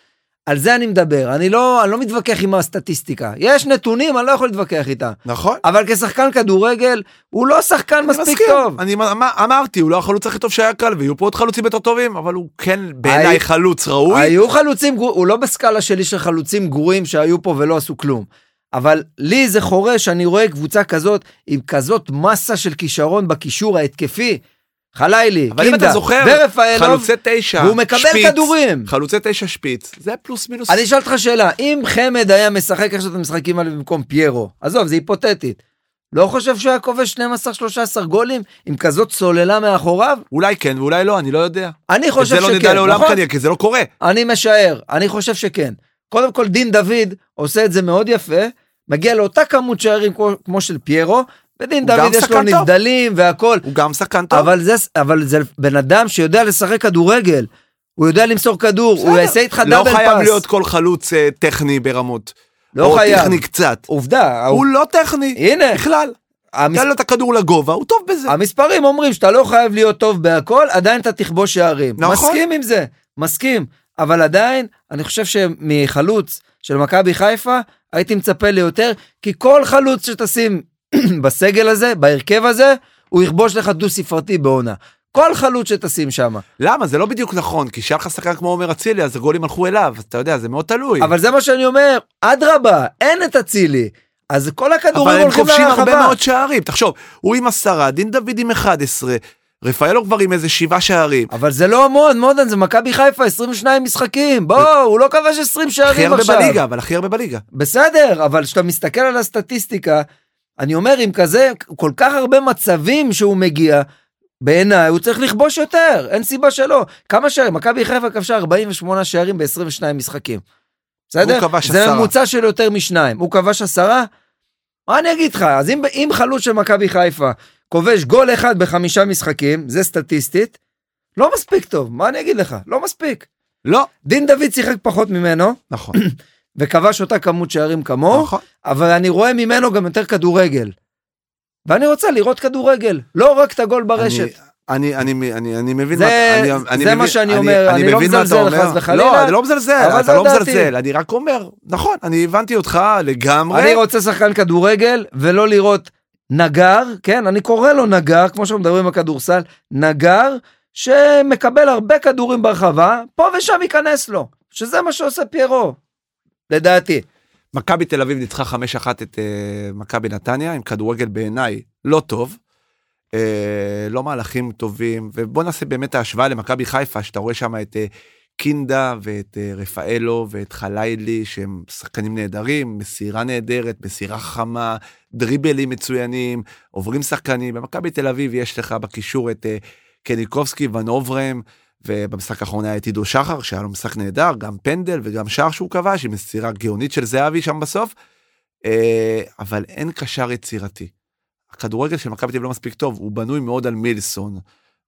B: על זה אני מדבר, אני לא, אני לא מתווכח עם הסטטיסטיקה. יש נתונים, אני לא יכול להתווכח איתם.
A: נכון.
B: אבל כשחקן כדורגל, הוא לא שחקן מספיק טוב.
A: אני אמ- אמרתי, הוא לא החלוץ הכי טוב שהיה קל, ויהיו פה עוד חלוצים יותר טובים, אבל הוא כן בעיניי
B: היי-
A: חלוץ ראוי.
B: היו חלוצים, גרו- הוא לא בסקאלה שלי של חלוצים גרועים שהיו פה ולא עשו כלום. אבל לי זה חורה שאני רואה קבוצה כזאת, עם כזאת מסה של כישרון בקישור ההתקפי. חלילי,
A: אבל אם אתה
B: קינדה,
A: זוכר,
B: ורפאלוב,
A: חלוצי תשע,
B: והוא מקבל
A: שפיץ,
B: כדורים.
A: חלוצי תשע שפיץ, זה פלוס מינוס.
B: אני אשאל אותך שאלה, אם חמד היה משחק עכשיו את המשחקים האלה במקום פיירו, עזוב, זה היפותטית. לא חושב שהוא היה כובש 12-13 גולים עם כזאת סוללה מאחוריו?
A: אולי כן ואולי לא, אני לא יודע.
B: אני
A: את
B: חושב
A: זה
B: שכן,
A: לא נדע לעולם
B: נכון?
A: כנראה, כי זה לא קורה.
B: אני משער, אני חושב שכן. קודם כל, דין דוד עושה את זה מאוד יפה, מגיע לאותה כמות שערים כמו, כמו של פיירו, ודין
A: הוא גם
B: דוד יש לו
A: שחקן טוב.
B: נבדלים והכל,
A: הוא גם שחקן טוב.
B: אבל זה, אבל זה בן אדם שיודע לשחק כדורגל, הוא יודע למסור כדור, הוא
A: בסדר.
B: יעשה איתך
A: לא
B: דאבל
A: חייב
B: פאס.
A: להיות כל חלוץ אה, טכני ברמות.
B: לא חייב.
A: או טכני קצת.
B: עובדה,
A: הוא לא טכני
B: הנה,
A: בכלל.
B: המס...
A: תן לו את הכדור לגובה, הוא טוב בזה.
B: המספרים אומרים שאתה לא חייב להיות טוב בהכל, עדיין אתה תכבוש שערים.
A: נכון.
B: מסכים עם זה, מסכים. אבל עדיין, אני חושב שמחלוץ של מכבי חיפה, הייתי מצפה ליותר, כי כל חלוץ שתשים בסגל הזה, בהרכב הזה, הוא יכבוש לך דו-ספרתי בעונה. כל חלוץ שתשים שם.
A: למה? זה לא בדיוק נכון, כי שהיה לך שחקן כמו עומר אצילי, אז הגולים הלכו אליו, אז אתה יודע, זה מאוד תלוי.
B: אבל זה מה שאני אומר, אדרבה, אין את אצילי. אז כל
A: אבל
B: הכדורים
A: הם
B: הולכים
A: כובשים הרבה
B: לרחבה.
A: מאוד שערים. תחשוב, הוא עם עשרה, דין דוד עם 11, רפאלו כבר עם איזה שבעה שערים.
B: אבל זה לא המון, מודן, זה מכבי חיפה, 22 משחקים. בואו, הוא לא כבש 20
A: הכי
B: שערים
A: הרבה
B: עכשיו.
A: בליגה, אבל הכי הרבה בליגה.
B: בסדר, אבל כשאתה מסתכל על הסטטיסטיקה, אני אומר, עם כזה, כל כך הרבה מצבים שהוא מגיע, בעיניי הוא צריך לכבוש יותר, אין סיבה שלא. כמה שערים? מכבי חיפה כבשה 48 שערים ב-22 משחקים. בסדר?
A: הוא כבש
B: זה
A: עשרה.
B: ממוצע של יותר משניים. הוא כבש עשרה? מה אני אגיד לך? אז אם, אם חלוץ של מכבי חיפה כובש גול אחד בחמישה משחקים, זה סטטיסטית, לא מספיק טוב, מה אני אגיד לך? לא מספיק.
A: לא.
B: דין דוד שיחק פחות ממנו,
A: נכון.
B: וכבש אותה כמות שערים כמוהו,
A: נכון.
B: אבל אני רואה ממנו גם יותר כדורגל. ואני רוצה לראות כדורגל, לא רק את הגול ברשת.
A: אני- אני, אני, אני, אני, אני מבין
B: זה-
A: מה, אני,
B: זה
A: אני
B: מה
A: מבין,
B: שאני אומר, אני לא
A: מבין מה אתה
B: מזלזל,
A: אומר.
B: חס וחלילה,
A: לא, אני לא מזלזל,
B: אבל
A: אתה
B: זו
A: לא
B: דעתי.
A: מזלזל, אני רק אומר, נכון, אני הבנתי אותך לגמרי.
B: אני רוצה שחקן כדורגל, ולא לראות נגר, כן, אני קורא לו נגר, כמו שמדברים בכדורסל, נגר, שמקבל הרבה כדורים ברחבה, פה ושם ייכנס לו, שזה מה שעושה פיירו, לדעתי.
A: מכבי תל אביב ניצחה 5-1 את אה, מכבי נתניה עם כדורגל בעיניי לא טוב. אה, לא מהלכים טובים ובוא נעשה באמת ההשוואה למכבי חיפה שאתה רואה שם את אה, קינדה ואת אה, רפאלו ואת חלילי שהם שחקנים נהדרים מסירה נהדרת מסירה חכמה דריבלים מצוינים עוברים שחקנים במכבי תל אביב יש לך בקישור את אה, קניקובסקי ונוברם. ובמשחק האחרון היה את עידו שחר שהיה לו משחק נהדר גם פנדל וגם שער שהוא כבש עם מסירה גאונית של זהבי שם בסוף. אה, אבל אין קשר יצירתי. הכדורגל של מכבי תל אביב לא מספיק טוב הוא בנוי מאוד על מילסון.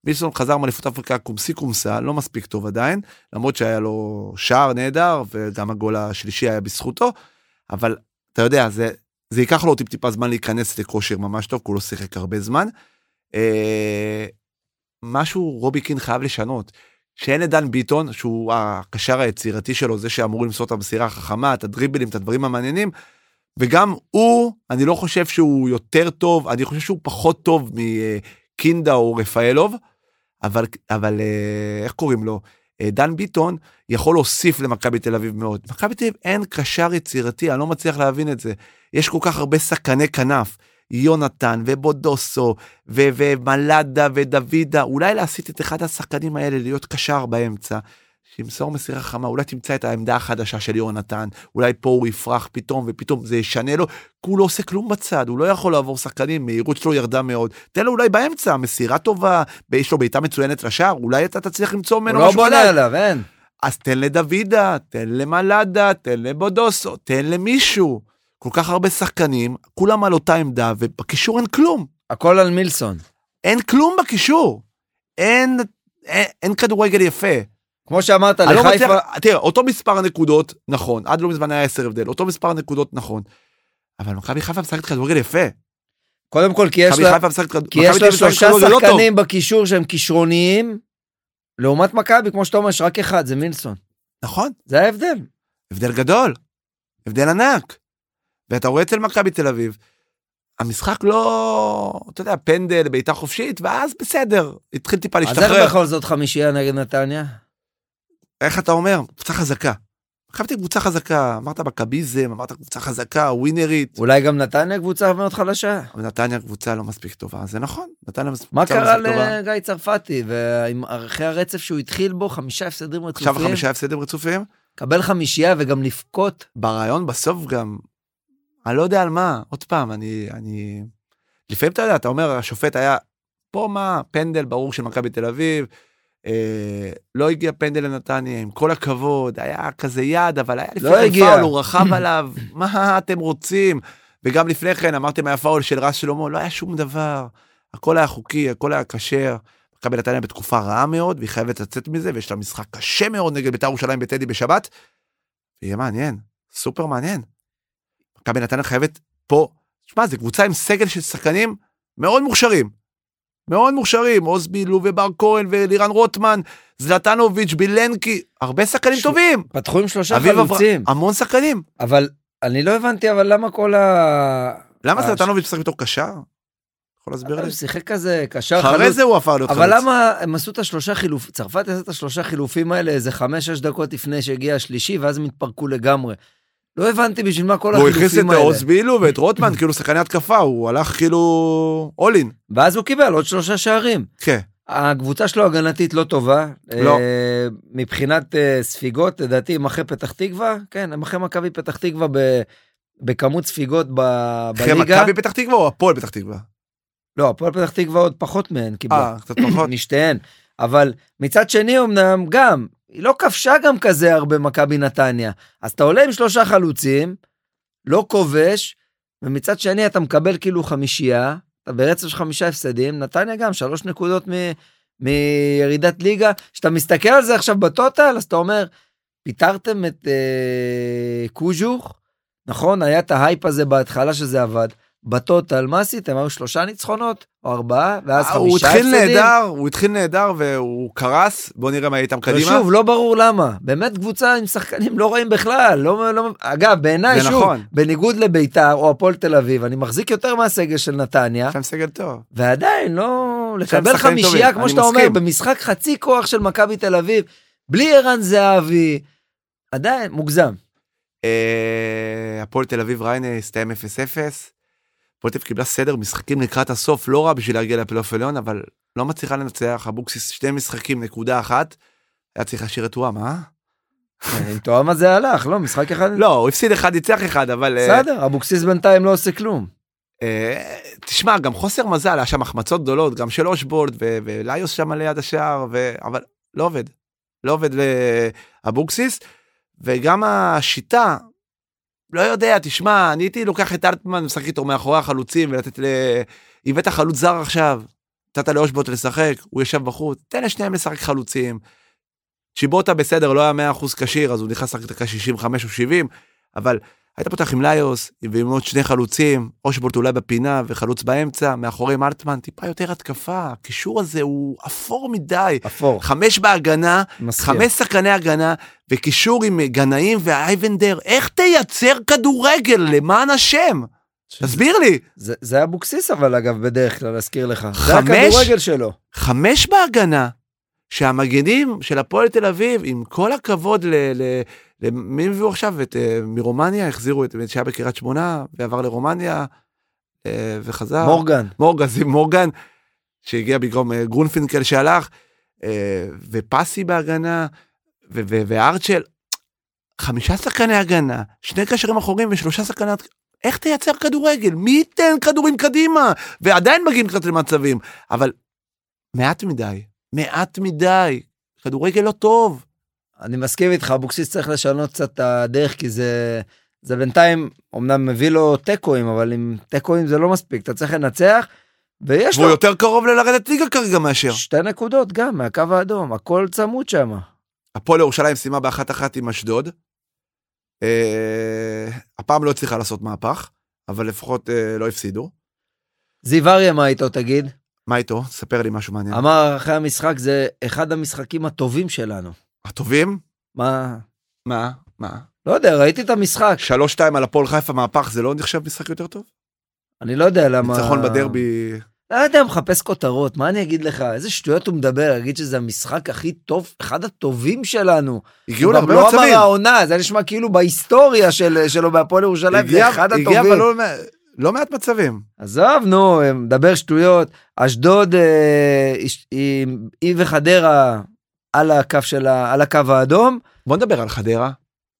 A: מילסון חזר מאליפות אפריקה קומסי קומסה לא מספיק טוב עדיין למרות שהיה לו שער נהדר וגם הגול השלישי היה בזכותו. אבל אתה יודע זה זה ייקח לו טיפ טיפה זמן להיכנס לכושר ממש טוב כי הוא לא שיחק הרבה זמן. אה, משהו רובי קין חייב לשנות. שאין את דן ביטון שהוא הקשר היצירתי שלו זה שאמור למסור את המסירה החכמה את הדריבלים את הדברים המעניינים. וגם הוא אני לא חושב שהוא יותר טוב אני חושב שהוא פחות טוב מקינדה או רפאלוב. אבל אבל אה, איך קוראים לו אה, דן ביטון יכול להוסיף למכבי תל אביב מאוד מכבי תל אביב אין קשר יצירתי אני לא מצליח להבין את זה יש כל כך הרבה סכני כנף. יונתן ובודוסו ו- ומלאדה ודוידה, אולי להסיט את אחד השחקנים האלה להיות קשר באמצע, שימסור מסירה חמה, אולי תמצא את העמדה החדשה של יונתן, אולי פה הוא יפרח פתאום ופתאום זה ישנה לו, כי הוא לא עושה כלום בצד, הוא לא יכול לעבור שחקנים, מהירות שלו ירדה מאוד, תן לו אולי באמצע, מסירה טובה, יש לו בעיטה מצוינת לשער, אולי אתה תצליח למצוא
B: הוא
A: ממנו
B: לא
A: משהו חדש.
B: בונה עליו, אין.
A: אז תן לדוידה, תן למלאדה, תן לבודוסו, תן למישהו. כל כך הרבה שחקנים, כולם על אותה עמדה, ובקישור אין כלום.
B: הכל על מילסון.
A: אין כלום בקישור. אין, אין, אין כדורגל יפה.
B: כמו שאמרת,
A: אני לא
B: לחיפה...
A: מצליח, תראה, אותו מספר הנקודות, נכון, עד לא מזמן היה 10 הבדל, אותו מספר הנקודות, נכון. אבל מכבי חיפה משחקת כדורגל יפה.
B: קודם כל, כי יש
A: מכבי
B: לה...
A: חיפה משחקת כדורגל
B: כי יש לה
A: משחקת
B: שלושה
A: כדורגל לא טוב.
B: שחקנים בקישור שהם כישרוניים, לעומת מכבי, כמו שאתה אומר, יש רק אחד, זה מילסון.
A: נכון,
B: זה ההבדל.
A: הבדל גדול. הבדל ענק. ואתה רואה אצל מכבי תל אביב, המשחק לא, אתה יודע, פנדל, בעיטה חופשית, ואז בסדר, התחיל טיפה
B: אז איך
A: להשתחרר.
B: בכל זאת חמישייה נגד נתניה?
A: איך אתה אומר? קבוצה חזקה. מכבי תל אביב קבוצה חזקה, אמרת מכביזם, אמרת קבוצה חזקה, ווינרית.
B: אולי גם נתניה קבוצה מאוד חלשה?
A: אבל נתניה קבוצה לא מספיק טובה, זה נכון, נתניה מס-
B: מה
A: קבוצה לא
B: קרה
A: מספיק טובה.
B: לגיא צרפתי, ועם אחרי הרצף שהוא התחיל בו, חמישה הפסדים
A: עכשיו
B: רצופים,
A: חמישה הפסדים רצופים,
B: קבל חמישייה וגם לבכות?
A: ברעיון בסוף גם, אני לא יודע על מה, עוד פעם, אני, אני, לפעמים אתה יודע, אתה אומר, השופט היה, פה מה, פנדל ברור של מכבי תל אביב, אה, לא הגיע פנדל לנתניה, עם כל הכבוד, היה כזה יד, אבל היה לפני
B: לא
A: כן
B: הגיע.
A: פאול, הוא רכב עליו, מה אתם רוצים? וגם לפני כן אמרתם היה פאול של רז שלמה, לא היה שום דבר, הכל היה חוקי, הכל היה כשר. מכבי נתניה בתקופה רעה מאוד, והיא חייבת לצאת מזה, ויש לה משחק קשה מאוד נגד בית"ר ירושלים בטדי בשבת. יהיה מעניין, סופר מעניין. מכבי נתניה חייבת פה, תשמע, זו קבוצה עם סגל של שחקנים מאוד מוכשרים. מאוד מוכשרים, אוזבילו ובר כהן ולירן רוטמן, זלטנוביץ', בילנקי, הרבה שחקנים
B: ש-
A: טובים.
B: פתחו עם שלושה
A: אביב אברהם-
B: חלוצים.
A: המון שחקנים.
B: אבל אני לא הבנתי, אבל למה כל ה...
A: למה
B: אה,
A: זלטנוביץ' משחק בתור קשר? יכול להסביר לי?
B: הוא שיחק כזה קשר
A: אחרי
B: חלוץ.
A: זה הוא הפך להיות
B: אה, אבל
A: חלוץ.
B: למה הם עשו את השלושה חילופים, צרפת עשתה את השלושה חילופים האלה איזה חמש-שש דקות לפני שהגיע השלישי, ואז הם התפרקו לגמרי. לא הבנתי בשביל מה כל
A: הוא הכניס את
B: החילופים האלה.
A: אוזבילו ואת רוטמן, כאילו שחקני התקפה, הוא הלך כאילו אול אין.
B: ואז הוא קיבל עוד שלושה שערים.
A: כן.
B: הקבוצה שלו הגנתית לא טובה.
A: לא.
B: אה, מבחינת אה, ספיגות, לדעתי הם אחרי פתח תקווה, כן, הם אחרי מכבי פתח תקווה ב- בכמות ספיגות ב-
A: אחרי
B: בליגה.
A: מכבי פתח תקווה או הפועל פתח תקווה?
B: לא, הפועל פתח תקווה עוד פחות מהן קיבלה.
A: אה, קצת פחות.
B: משתיהן. אבל מצד שני אמנם גם, היא לא כבשה גם כזה הרבה מכבי נתניה. אז אתה עולה עם שלושה חלוצים, לא כובש, ומצד שני אתה מקבל כאילו חמישייה, אתה ברצף של חמישה הפסדים, נתניה גם שלוש נקודות מ, מירידת ליגה. כשאתה מסתכל על זה עכשיו בטוטל, אז אתה אומר, פיטרתם את אה, קוז'וך, נכון? היה את ההייפ הזה בהתחלה שזה עבד. בטוטל, מה עשיתם? היו שלושה ניצחונות, או ארבעה, ואז
A: אה, הוא
B: חמישה
A: התחיל
B: הפסדים.
A: נהדר, הוא התחיל נהדר והוא קרס, בוא נראה מה יהיה איתם קדימה.
B: ושוב, לא ברור למה. באמת קבוצה עם שחקנים לא רעים בכלל. לא, לא, אגב, בעיניי,
A: זה
B: שוב,
A: נכון.
B: בניגוד לביתר או הפועל תל אביב, אני מחזיק יותר מהסגל של נתניה,
A: יש להם סגל טוב.
B: ועדיין לא...
A: שם
B: לקבל
A: שחקנים
B: חמישייה,
A: טובים,
B: כמו
A: אני
B: שאתה אומר,
A: מסכים.
B: במשחק חצי כוח של מכבי תל אביב, בלי ערן זהבי, עדיין מוגזם.
A: אה, הפועל תל אביב ריינה הסתיים 0-0. הפועל תל אביב קיבלה סדר משחקים לקראת הסוף, לא רע בשביל להגיע לפלייאוף עליון, אבל לא מצליחה לנצח, אבוקסיס שני משחקים, נקודה אחת. היה צריך להשאיר את וואם, אה?
B: עם תואמה זה הלך, לא, משחק אחד...
A: לא, הוא הפסיד אחד, ניצח אחד, אבל... אה,
B: בסדר, אבוקסיס בינתיים לא עושה כלום.
A: אה, תשמע, גם חוסר מזל, היה שם החמצות גדולות, גם של אושבולד ו- וליוס שם ליד השער, ו- אבל לא עובד. לא עובד לאבוקסיס, וגם השיטה, לא יודע, תשמע, אני הייתי לוקח את אלטמן ומשחק איתו מאחורי החלוצים ולתת ל... הבאת חלוץ זר עכשיו, נתת לאושבולד לשחק, הוא ישב בחוץ, תן לשניהם לשחק חלוצים. צ'יבוטה בסדר, לא היה 100% כשיר, אז הוא נכנס רק דקה 65 או 70, אבל היית פותח עם ליוס, ועם עוד שני חלוצים, אושבולט אולי בפינה וחלוץ באמצע, מאחורי מרטמן, טיפה יותר התקפה, הקישור הזה הוא אפור מדי.
B: אפור,
A: חמש בהגנה,
B: מסכים.
A: חמש שחקני הגנה, וקישור עם גנאים ואייבנדר, איך תייצר כדורגל, למען השם? תסביר לי.
B: זה זה אבוקסיס אבל אגב בדרך כלל להזכיר לך. זה
A: חמש?
B: הכדורגל שלו.
A: חמש בהגנה, שהמגנים של הפועל תל אביב, עם כל הכבוד ל... ל... ל- מי הביאו עכשיו? את, אה, מרומניה החזירו את מי שהיה בקריית שמונה ועבר לרומניה אה, וחזר.
B: מורגן.
A: מורגן, זיו מורגן, שהגיע במקום אה, גרונפינקל שהלך, אה, ופסי בהגנה, ו- ו- וארצ'ל. חמישה שחקני הגנה, שני קשרים אחורים ושלושה שחקני... התק- איך תייצר כדורגל? מי ייתן כדורים קדימה? ועדיין מגיעים קצת למצבים, אבל מעט מדי, מעט מדי. כדורגל לא טוב.
B: אני מסכים איתך, אבוקסיס צריך לשנות קצת את הדרך, כי זה, זה בינתיים, אמנם מביא לו תיקואים, אבל עם תיקואים זה לא מספיק, אתה צריך לנצח, ויש לו
A: והוא יותר קרוב ללרדת ליגה כרגע מאשר.
B: שתי נקודות גם מהקו האדום, הכל צמוד שם.
A: הפועל ירושלים סיימה באחת אחת עם אשדוד. אה, הפעם לא הצליחה לעשות מהפך, אבל לפחות אה, לא הפסידו.
B: זיו אריה, מה איתו תגיד?
A: מה איתו? ספר לי משהו מעניין.
B: אמר אחרי המשחק, זה אחד המשחקים הטובים שלנו.
A: הטובים?
B: מה?
A: מה? מה?
B: לא יודע, ראיתי את המשחק,
A: שלוש שתיים על הפועל חיפה מהפך זה לא נחשב משחק יותר טוב?
B: אני לא יודע למה...
A: ניצחון בדרבי.
B: לא יודע, מחפש כותרות, מה אני אגיד לך? איזה שטויות הוא מדבר, להגיד שזה המשחק הכי טוב, אחד הטובים שלנו.
A: הגיעו
B: הוא גם
A: להרבה
B: לא
A: כאילו, מצבים.
B: אמר העונה, זה נשמע כאילו בהיסטוריה של, שלו בהפועל ירושלים, זה
A: הגיע-
B: אחד
A: הגיע אבל
B: הטובים.
A: לא מע- לא מעט מצבים.
B: עזוב, נו, מדבר שטויות. אשדוד, אה, איש- היא- היא וחדרה על הקו של ה- על הקו האדום.
A: בוא נדבר על חדרה.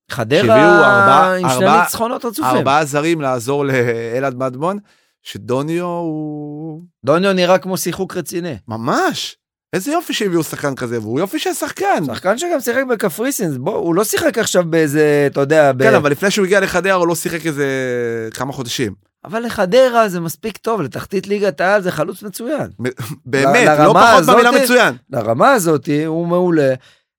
A: שהביאו
B: חדרה
A: ארבעה-
B: עם שני
A: ארבעה-
B: ניצחונות רצופים.
A: ארבעה זרים לעזור לאלעד מדמון, שדוניו הוא
B: דוניו נראה כמו שיחוק רציני.
A: ממש. איזה יופי שהביאו שחקן כזה, והוא יופי של שחקן.
B: שחקן שגם שיחק בקפריסין, בוא, הוא לא שיחק עכשיו באיזה, אתה יודע, ב...
A: כן, אבל לפני שהוא הגיע לחדרה הוא לא שיחק איזה כמה חודשים.
B: אבל לחדרה זה מספיק טוב, לתחתית ליגת העל זה חלוץ מצוין.
A: באמת,
B: ל-
A: לא
B: לרמה
A: פחות
B: הזאת-
A: במילה מצוין.
B: לרמה הזאת הוא מעולה.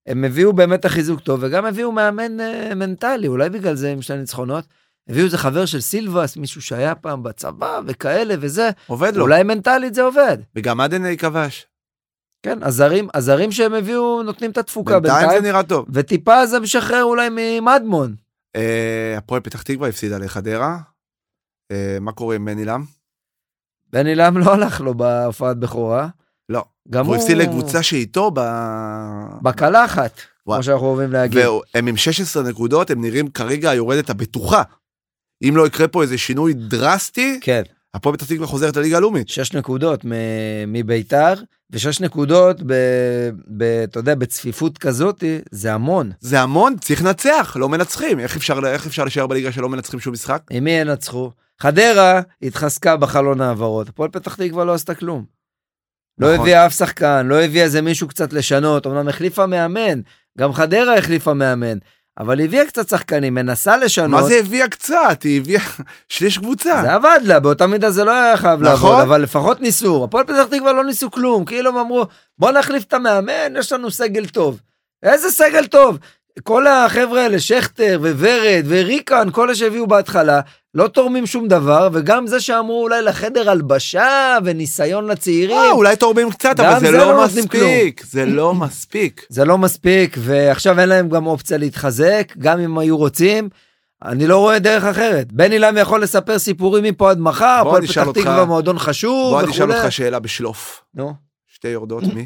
B: הם הביאו באמת את החיזוק טוב, וגם הביאו מאמן אה, מנטלי, אולי בגלל זה עם שני ניצחונות. הביאו איזה חבר של סילבס, מישהו שהיה פעם בצבא וכאלה וזה,
A: עובד לו.
B: אולי מנטלית זה עובד.
A: וגם עדן כבש.
B: כן, הזרים, הזרים שהם הביאו נותנים את התפוקה
A: בינתיים
B: בינתיים,
A: זה נראה טוב.
B: וטיפה זה משחרר אולי ממדמון.
A: אה, הפועל פתח תקווה הפסידה לחדרה. אה, מה קורה עם בני לם?
B: בני לם לא הלך לו בהופעת בכורה.
A: לא.
B: גם
A: הוא
B: הוא...
A: הפסיד לקבוצה שאיתו ב...
B: בקלחת,
A: וואי.
B: כמו שאנחנו אוהבים להגיד.
A: והם עם 16 נקודות, הם נראים כרגע היורדת הבטוחה. אם לא יקרה פה איזה שינוי דרסטי,
B: כן.
A: הפועל פתח תקווה חוזרת לליגה הלאומית.
B: שש נקודות מ- מביתר, ושש נקודות, ב- ב- אתה יודע, בצפיפות כזאת, זה המון.
A: זה המון, צריך לנצח, לא מנצחים. איך אפשר, איך אפשר להישאר בליגה שלא מנצחים שום משחק?
B: עם מי ינצחו? חדרה התחזקה בחלון העברות, הפועל פתח תקווה לא עשתה כלום. לא
A: נכון.
B: הביאה אף שחקן, לא הביאה איזה מישהו קצת לשנות, אמנם החליפה מאמן, גם חדרה החליפה מאמן, אבל הביאה קצת שחקנים, מנסה לשנות.
A: מה זה הביאה קצת? היא הביאה שליש קבוצה.
B: זה עבד לה, באותה מידה זה לא היה חייב
A: אה. נכון.
B: לעבוד, אבל לפחות ניסו. הפועל פתח תקווה לא ניסו כלום, כאילו הם אמרו, בוא נחליף את המאמן, יש לנו סגל טוב. איזה סגל טוב? כל החבר'ה האלה, שכטר וורד וריקן, כל אלה שהביאו בהתחלה, לא תורמים שום דבר, וגם זה שאמרו אולי לחדר הלבשה וניסיון לצעירים,
A: אה, אולי תורמים קצת,
B: גם
A: אבל זה
B: זה
A: לא
B: לא נותנים
A: מספיק. זה לא מספיק.
B: זה לא מספיק, ועכשיו אין להם גם אופציה להתחזק, גם אם היו רוצים. אני לא רואה דרך אחרת. בני לם יכול לספר סיפורים מפה עד מחר,
A: בוא
B: הפועל
A: אני אשאל
B: פתח
A: אותך-
B: תקווה מועדון חשוב
A: בוא אני אשאל
B: וכולי.
A: אותך שאלה בשלוף.
B: נו,
A: שתי יורדות, מי?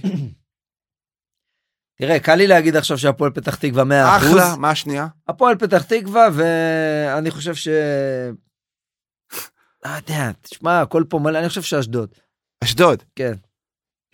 B: תראה, קל לי להגיד עכשיו שהפועל פתח תקווה 100%.
A: אחלה, מה השנייה?
B: הפועל פתח תקווה, ואני חושב ש... לא יודע, תשמע, הכל פה מלא, אני חושב שאשדוד.
A: אשדוד.
B: כן.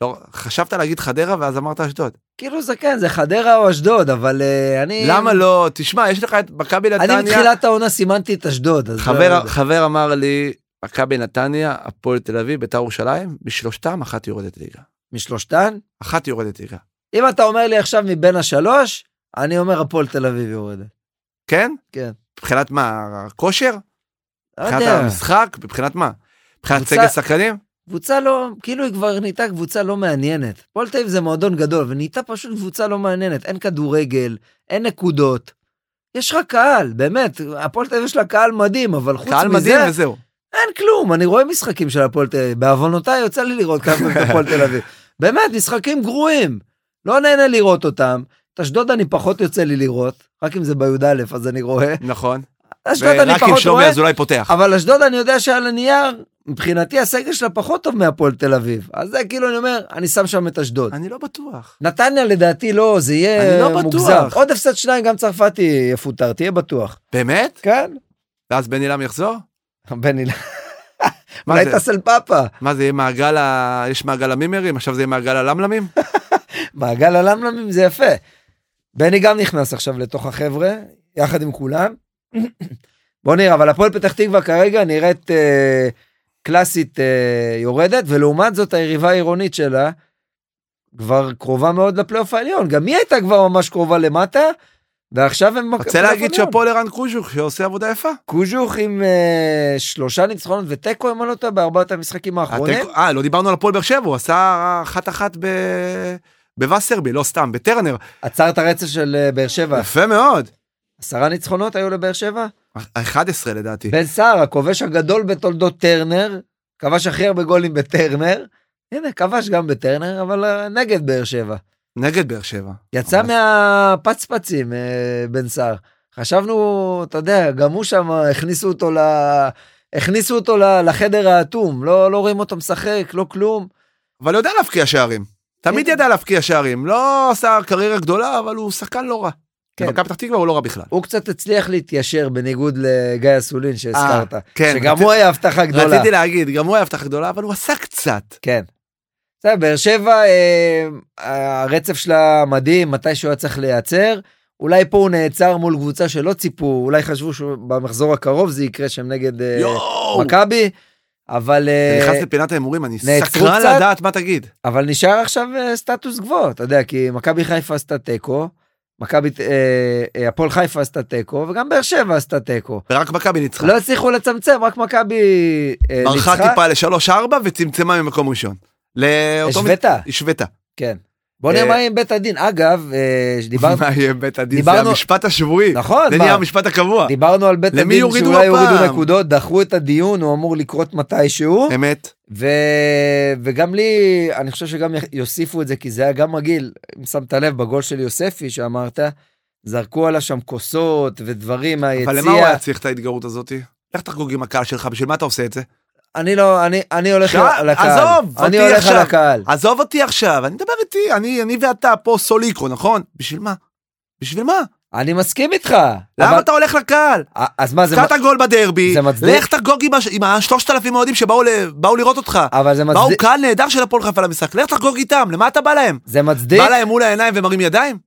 A: לא, חשבת להגיד חדרה ואז אמרת אשדוד.
B: כאילו זה כן, זה חדרה או אשדוד, אבל אה, אני...
A: למה לא? תשמע, יש לך את מכבי
B: אני
A: נתניה.
B: מתחילת העונה סימנתי את אשדוד. אז לא
A: חבר,
B: יודע.
A: חבר אמר לי, מכבי נתניה, הפועל תל אביב, בית"ר ירושלים, בשלושתם אחת יורדת ליגה.
B: משלושתן?
A: אחת יורדת ליגה.
B: אם אתה אומר לי עכשיו מבין השלוש, אני אומר הפועל תל אביב יורדת.
A: כן?
B: כן.
A: מבחינת מה? הכושר?
B: לא
A: מבחינת
B: יודע,
A: המשחק? מבחינת מה? מבחינת
B: קבוצה-
A: סגל שחקנים?
B: קבוצה לא, כאילו היא כבר נהייתה קבוצה לא מעניינת. הפועל תל אביב זה מועדון גדול, ונהייתה פשוט קבוצה לא מעניינת. אין כדורגל, אין נקודות. יש רק קהל, באמת, הפועל תל אביב יש לה קהל מדהים, אבל חוץ
A: קהל
B: מזה,
A: מדהים וזהו.
B: אין כלום. אני רואה משחקים של הפועל תל אביב, בעוונותיי יוצא לי לראות כמה פעמים את הפועל תל אביב. באמת, משחקים גרועים. לא נהנה לראות אותם. את אשדוד אני פחות יוצא לי לראות, רק אם זה בי"א אז אני רואה.
A: נכון.
B: אשדוד אני
A: ורק אם
B: פחות
A: שלומי
B: רואה,
A: אזולאי פותח.
B: אבל אשדוד אני יודע שעל הנייר, מבחינתי הסגל שלה פחות טוב מהפועל תל אביב. אז זה כאילו אני אומר, אני שם שם את אשדוד.
A: אני לא בטוח.
B: נתניה לדעתי לא, זה
A: אני
B: יהיה
A: לא בטוח.
B: מוגזם. עוד הפסד שניים, גם צרפתי יפוטר, תהיה בטוח.
A: באמת?
B: כן?
A: ואז בני לם יחזור?
B: בני,
A: מה
B: אולי
A: זה?
B: תעשה לפאפה.
A: מה זה יהיה מעגל ה... יש מעגל המימרים? עכשיו זה יהיה מעגל הלמלמים?
B: מעגל הלמלמים זה יפה. בני גם נכנס עכשיו לתוך החבר'ה, יחד עם כולם. בוא נראה, אבל הפועל פתח תקווה כרגע נראית אה, קלאסית אה, יורדת, ולעומת זאת היריבה העירונית שלה כבר קרובה מאוד לפלייאוף העליון. גם היא הייתה כבר ממש קרובה למטה, ועכשיו הם...
A: רוצה
B: בפלייאוף
A: להגיד
B: העליון.
A: שאפו לרן קוז'וק שעושה עבודה יפה.
B: קוז'וך עם אה, שלושה ניצחונות ותיקו, אם אני לא טועה, בארבעת המשחקים האחרונים.
A: התיקו- אה, לא דיברנו על הפועל באר שבע, הוא עשה אחת-אחת ב... בווסרבי, לא סתם, בטרנר.
B: עצר את הרצף של אה, באר שבע.
A: יפה מאוד.
B: עשרה ניצחונות היו לבאר שבע?
A: 11 לדעתי.
B: בן סער, הכובש הגדול בתולדות טרנר, כבש הכי הרבה גולים בטרנר. הנה, כבש גם בטרנר, אבל אה, נגד באר שבע.
A: נגד באר שבע.
B: יצא
A: אבל-
B: מהפצפצים, אה, בן סער. חשבנו, אתה יודע, גם הוא שם, אה, הכניסו אותו ל... הכניסו אותו ל- לחדר האטום, לא, לא רואים אותו משחק, לא כלום.
A: אבל יודע להבקיע שערים. תמיד
B: כן.
A: ידע להבקיע שערים. לא עשה קריירה גדולה, אבל הוא שחקן לא רע.
B: כן.
A: במכבי פתח תקווה הוא לא רע בכלל.
B: הוא קצת הצליח להתיישר בניגוד לגיא אסולין שהזכרת,
A: כן,
B: שגם
A: רציתי-
B: הוא היה הבטחה גדולה.
A: רציתי להגיד, גם הוא היה הבטחה גדולה, אבל הוא עשה קצת.
B: כן. בסדר, באר שבע, אה, הרצף שלה מדהים, מתי שהוא היה צריך להיעצר. אולי פה הוא נעצר מול קבוצה שלא ציפו, אולי חשבו שבמחזור הקרוב זה יקרה שהם נגד אה,
A: יואו!
B: מכבי, אבל, אה,
A: אני נכנס לפינת ההימורים, אני
B: נעצרו
A: סקרן
B: קצת?
A: לדעת מה תגיד.
B: אבל נשאר עכשיו אה, סטטוס גבוה, אתה יודע, כי מכבי חיפה עשתה תיקו, מכבי, אה, אה, הפועל חיפה עשתה תיקו, וגם באר שבע עשתה תיקו.
A: ורק מכבי ניצחה.
B: לא הצליחו לצמצם, רק מכבי אה,
A: ברחה
B: ניצחה,
A: טיפה ל-3-4 וצמצמה ממקום ראשון. לאותו מ-
B: השוותה,
A: השוותה.
B: כן. בוא נראה
A: אה,
B: מה עם בית הדין. אגב, אה, שדיברנו,
A: מה יהיה בית הדין? זה
B: דיברנו-
A: המשפט השבועי.
B: נכון,
A: זה
B: מה?
A: נהיה המשפט הקבוע.
B: דיברנו על בית
A: למי
B: הדין
A: יורידו
B: שאולי יורידו
A: הפעם?
B: נקודות, דחו את הדיון, הוא אמור לקרות מתישהו,
A: אמת.
B: ו... וגם לי, אני חושב שגם יוסיפו את זה, כי זה היה גם מגעיל, אם שמת לב, בגול של יוספי שאמרת, זרקו עליו שם כוסות ודברים
A: אבל למה הוא
B: מהיציע.
A: היה צריך את ההתגרות הזאת? לך תחגוג עם הקהל שלך, בשביל מה אתה עושה את זה?
B: אני לא, אני, אני הולך
A: שעה,
B: על הקהל.
A: עזוב,
B: אני
A: אותי
B: הולך
A: עכשיו.
B: על הקהל.
A: עזוב אותי עכשיו, אני מדבר איתי, אני, אני ואתה פה סוליקו, נכון? בשביל מה? בשביל מה?
B: אני מסכים איתך.
A: למה
B: אבל-
A: אתה הולך לקהל?
B: א- אז מה זה,
A: קח את הגול בדרבי,
B: זה מצדיק?
A: לך תחגוג עם הש- עם השלושת אלפים אוהדים שבאו ל- באו לראות אותך.
B: אבל זה
A: באו
B: מצדיק,
A: קהל נהדר של הפועל חיפה למשחק, לך תחגוג איתם, למה אתה בא להם?
B: זה מצדיק,
A: בא להם מול העיניים ומרים ידיים?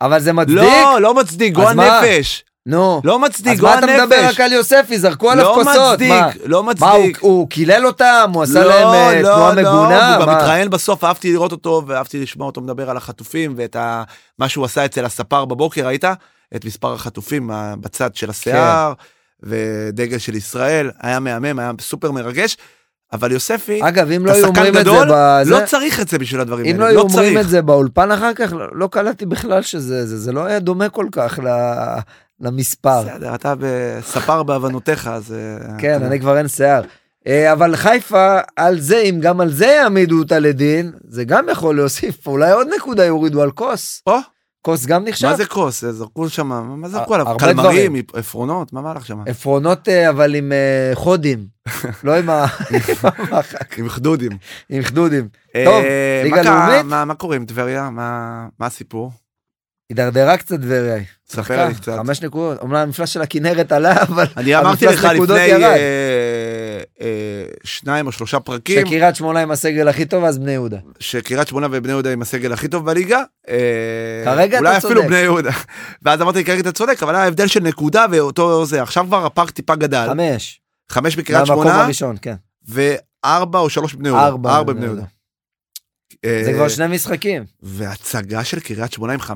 B: אבל זה מצדיק.
A: לא, לא מצדיק, גועל
B: מה?
A: נפש.
B: נו.
A: לא מצדיק,
B: אז מה
A: גועל
B: אתה מדבר
A: נפש.
B: רק על יוספי? זרקו עליו
A: לא
B: כוסות. מה?
A: מצדיק, לא
B: מה, הוא-
A: מצדיק.
B: הוא קילל אותם? הוא עשה
A: לא,
B: להם אה,
A: לא,
B: תנועה
A: לא,
B: מגונה?
A: הוא גם
B: מה?
A: התראיין בסוף, אהבתי לראות אותו ואהבתי לשמוע אותו מדבר על החטופים ואת ה... מה שהוא עשה אצל הספר בבוקר, ראית? את מספר החטופים ה- בצד של השיער,
B: כן.
A: ודגל של ישראל, היה מהמם, היה סופר מרגש, אבל יוספי,
B: אגב, אם לא
A: אתה
B: היו
A: שחקן
B: אומרים את זה
A: גדול,
B: בזה,
A: לא צריך את זה בשביל הדברים
B: אם לא
A: האלה,
B: היו
A: לא
B: אומרים
A: צריך.
B: את זה באולפן אחר כך, לא לא קלטתי בכלל שזה זה. זה לא היה דומה כל כך ל- למספר.
A: בסדר, אתה ספר בעוונותיך, אז... אה,
B: כן,
A: אתה-
B: אני כבר אין שיער. אה, אבל חיפה, על זה, אם גם על זה יעמידו אותה לדין, זה גם יכול להוסיף, אולי עוד נקודה יורידו על כוס.
A: או,
B: כוס גם נחשב.
A: מה זה כוס? אה, זרקו שם, מה- מה זרקו עליו?
B: הרבה
A: קלמרים,
B: דברים.
A: איפ- עפרונות, מה מהלך שם?
B: עפרונות, אה, אבל עם אה, חודים, לא עם ה- אה,
A: עם חדודים.
B: עם חדודים.
A: אה,
B: טוב,
A: מה
B: ליגה
A: קרה-
B: לאומית?
A: מה- מה קורה עם טבריה? מה מה הסיפור?
B: הידרדרה קצת טבריה.
A: ספר לי קצת.
B: חמש נקודות, אומנם המפלס של הכנרת עלה, אבל
A: אני
B: אבל
A: אמרתי
B: מפלס
A: לך
B: נקודות
A: לפני
B: ירד.
A: אה, אה, שניים או שלושה פרקים,
B: שקריית שמונה עם הסגל הכי טוב, אז בני יהודה.
A: שקריית שמונה ובני יהודה עם הסגל הכי טוב בליגה. אה,
B: כרגע אתה
A: אולי אפילו
B: צודק.
A: בני יהודה. ואז אמרתי, כרגע אתה צודק, אבל היה הבדל של נקודה ואותו זה. עכשיו כבר הפארק טיפה גדל.
B: חמש.
A: חמש מקריית
B: מהמקום
A: שמונה,
B: הראשון, כן.
A: וארבע או שלוש בני יהודה.
B: ארבע.
A: ארבע בני יהודה.
B: זה
A: אה,
B: כבר שני משחקים.
A: והצגה של קריית שמונה עם 5-0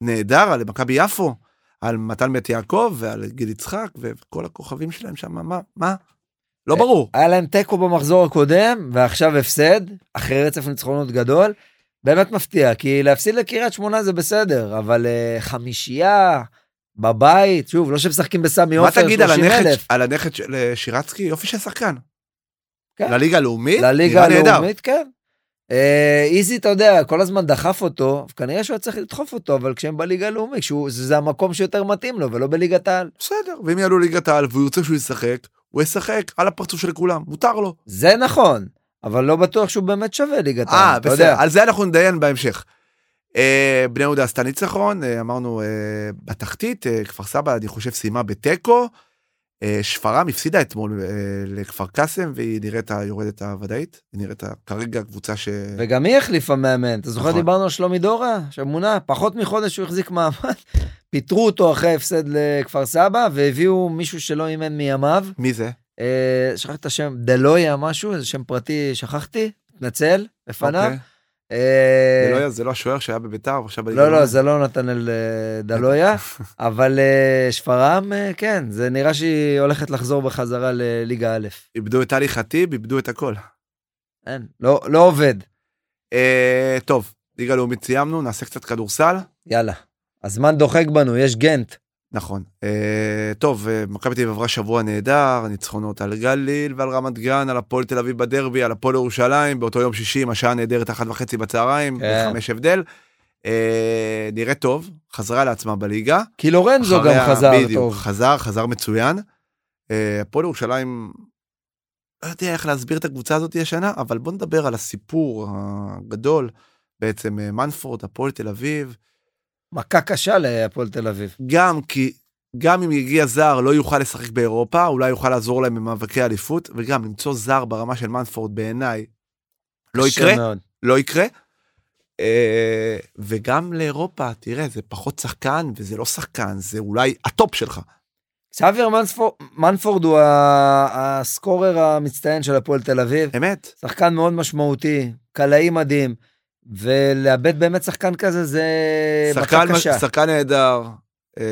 A: נהדר על מכבי יפו, על מתן בית יעקב ועל גיל יצחק וכל הכוכבים שלהם שם, מה? מה? לא
B: אה,
A: ברור.
B: היה להם תיקו במחזור הקודם, ועכשיו הפסד, אחרי רצף ניצחונות גדול. באמת מפתיע, כי להפסיד לקריית שמונה זה בסדר, אבל אה, חמישייה בבית, שוב, לא שמשחקים בסמי
A: מה
B: עופר,
A: תגיד על
B: 30
A: הנכד,
B: אלף.
A: על הנכד של אה, שירצקי? יופי של שחקן.
B: כן.
A: לליגה הלאומית?
B: לליגה
A: אה, נראה נהדר.
B: הלאומית, כן. אה, איזי, אתה יודע, כל הזמן דחף אותו, כנראה שהוא היה צריך לדחוף אותו, אבל כשהם בליגה הלאומית, כשהוא- זה זה המקום שיותר מתאים לו, ולא בליגת העל.
A: בסדר, ואם יעלו ליגת העל והוא ירצה שהוא ישחק, הוא ישחק על הפרצוף של כולם, מותר לו.
B: זה נכון, אבל לא בטוח שהוא באמת שווה ליגת העל,
A: אה,
B: אתה יודע.
A: בסדר, על זה אנחנו נדיין בהמשך. אה, בני יהודה עשתה ניצחון, אה, אמרנו אה, בתחתית, אה, כפר סבא, אני חושב, סיימה בתיקו. אה, שפרעם הפסידה אתמול אה, לכפר קאסם, והיא נראית היורדת הוודאית. היא נראית ה- כרגע קבוצה ש...
B: וגם היא החליפה מאמן, אתה זוכר
A: נכון.
B: דיברנו על שלומי דורה, שמונה, פחות מחודש הוא החזיק מעמד, פיטרו אותו אחרי הפסד לכפר סבא, והביאו מישהו שלא אימן מימיו,
A: מי זה?
B: אה, שכחתי את השם, דלויה משהו, איזה שם פרטי שכחתי, מתנצל, לפניו.
A: אוקיי.
B: אה,
A: זה לא היה- זה לא השוער שהיה בביתר, ועכשיו...
B: לא,
A: בליגה.
B: לא, זה לא נתנאל אה, דלויה, אבל אה, שפרעם, אה, כן, זה נראה שהיא הולכת לחזור בחזרה לליגה א',
A: איבדו את טלי חטיב, איבדו את הכל.
B: אין, לא לא עובד,
A: אה, טוב, ליגה לאומית סיימנו, נעשה קצת כדורסל.
B: יאללה. הזמן דוחק בנו, יש גנט.
A: נכון. אה, טוב, אה, מכבי תל אביב עברה שבוע נהדר, ניצחונות על גליל ועל רמת גן, על הפועל תל אביב בדרבי, על הפועל ירושלים, באותו יום שישי עם השעה הנהדרת אחת וחצי בצהריים,
B: כן.
A: חמש הבדל. אה, נראה טוב, חזרה לעצמה בליגה.
B: כי לורנזו כן, גם
A: אחריה-
B: חזר
A: בדיוק,
B: טוב.
A: חזר, חזר מצוין. אה, הפועל ירושלים, לא יודע איך להסביר את הקבוצה הזאת השנה, אבל בוא נדבר על הסיפור הגדול, בעצם אה, מנפורד, הפועל תל אביב.
B: מכה קשה להפועל תל אביב.
A: גם כי גם אם יגיע זר לא יוכל לשחק באירופה, אולי יוכל לעזור להם במאבקי אליפות, וגם למצוא זר ברמה של מנפורד בעיניי לא
B: קשה
A: יקרה,
B: מאוד.
A: לא יקרה. אה, וגם לאירופה, תראה, זה פחות שחקן וזה לא שחקן, זה אולי הטופ שלך.
B: סאביר מנספורד, מנפורד הוא ה- הסקורר המצטיין של הפועל תל אביב.
A: אמת,
B: שחקן מאוד משמעותי, קלעי מדהים, ולאבד באמת שחקן כזה זה
A: שחקן,
B: אה, מכה קשה.
A: שחקן נהדר, אה,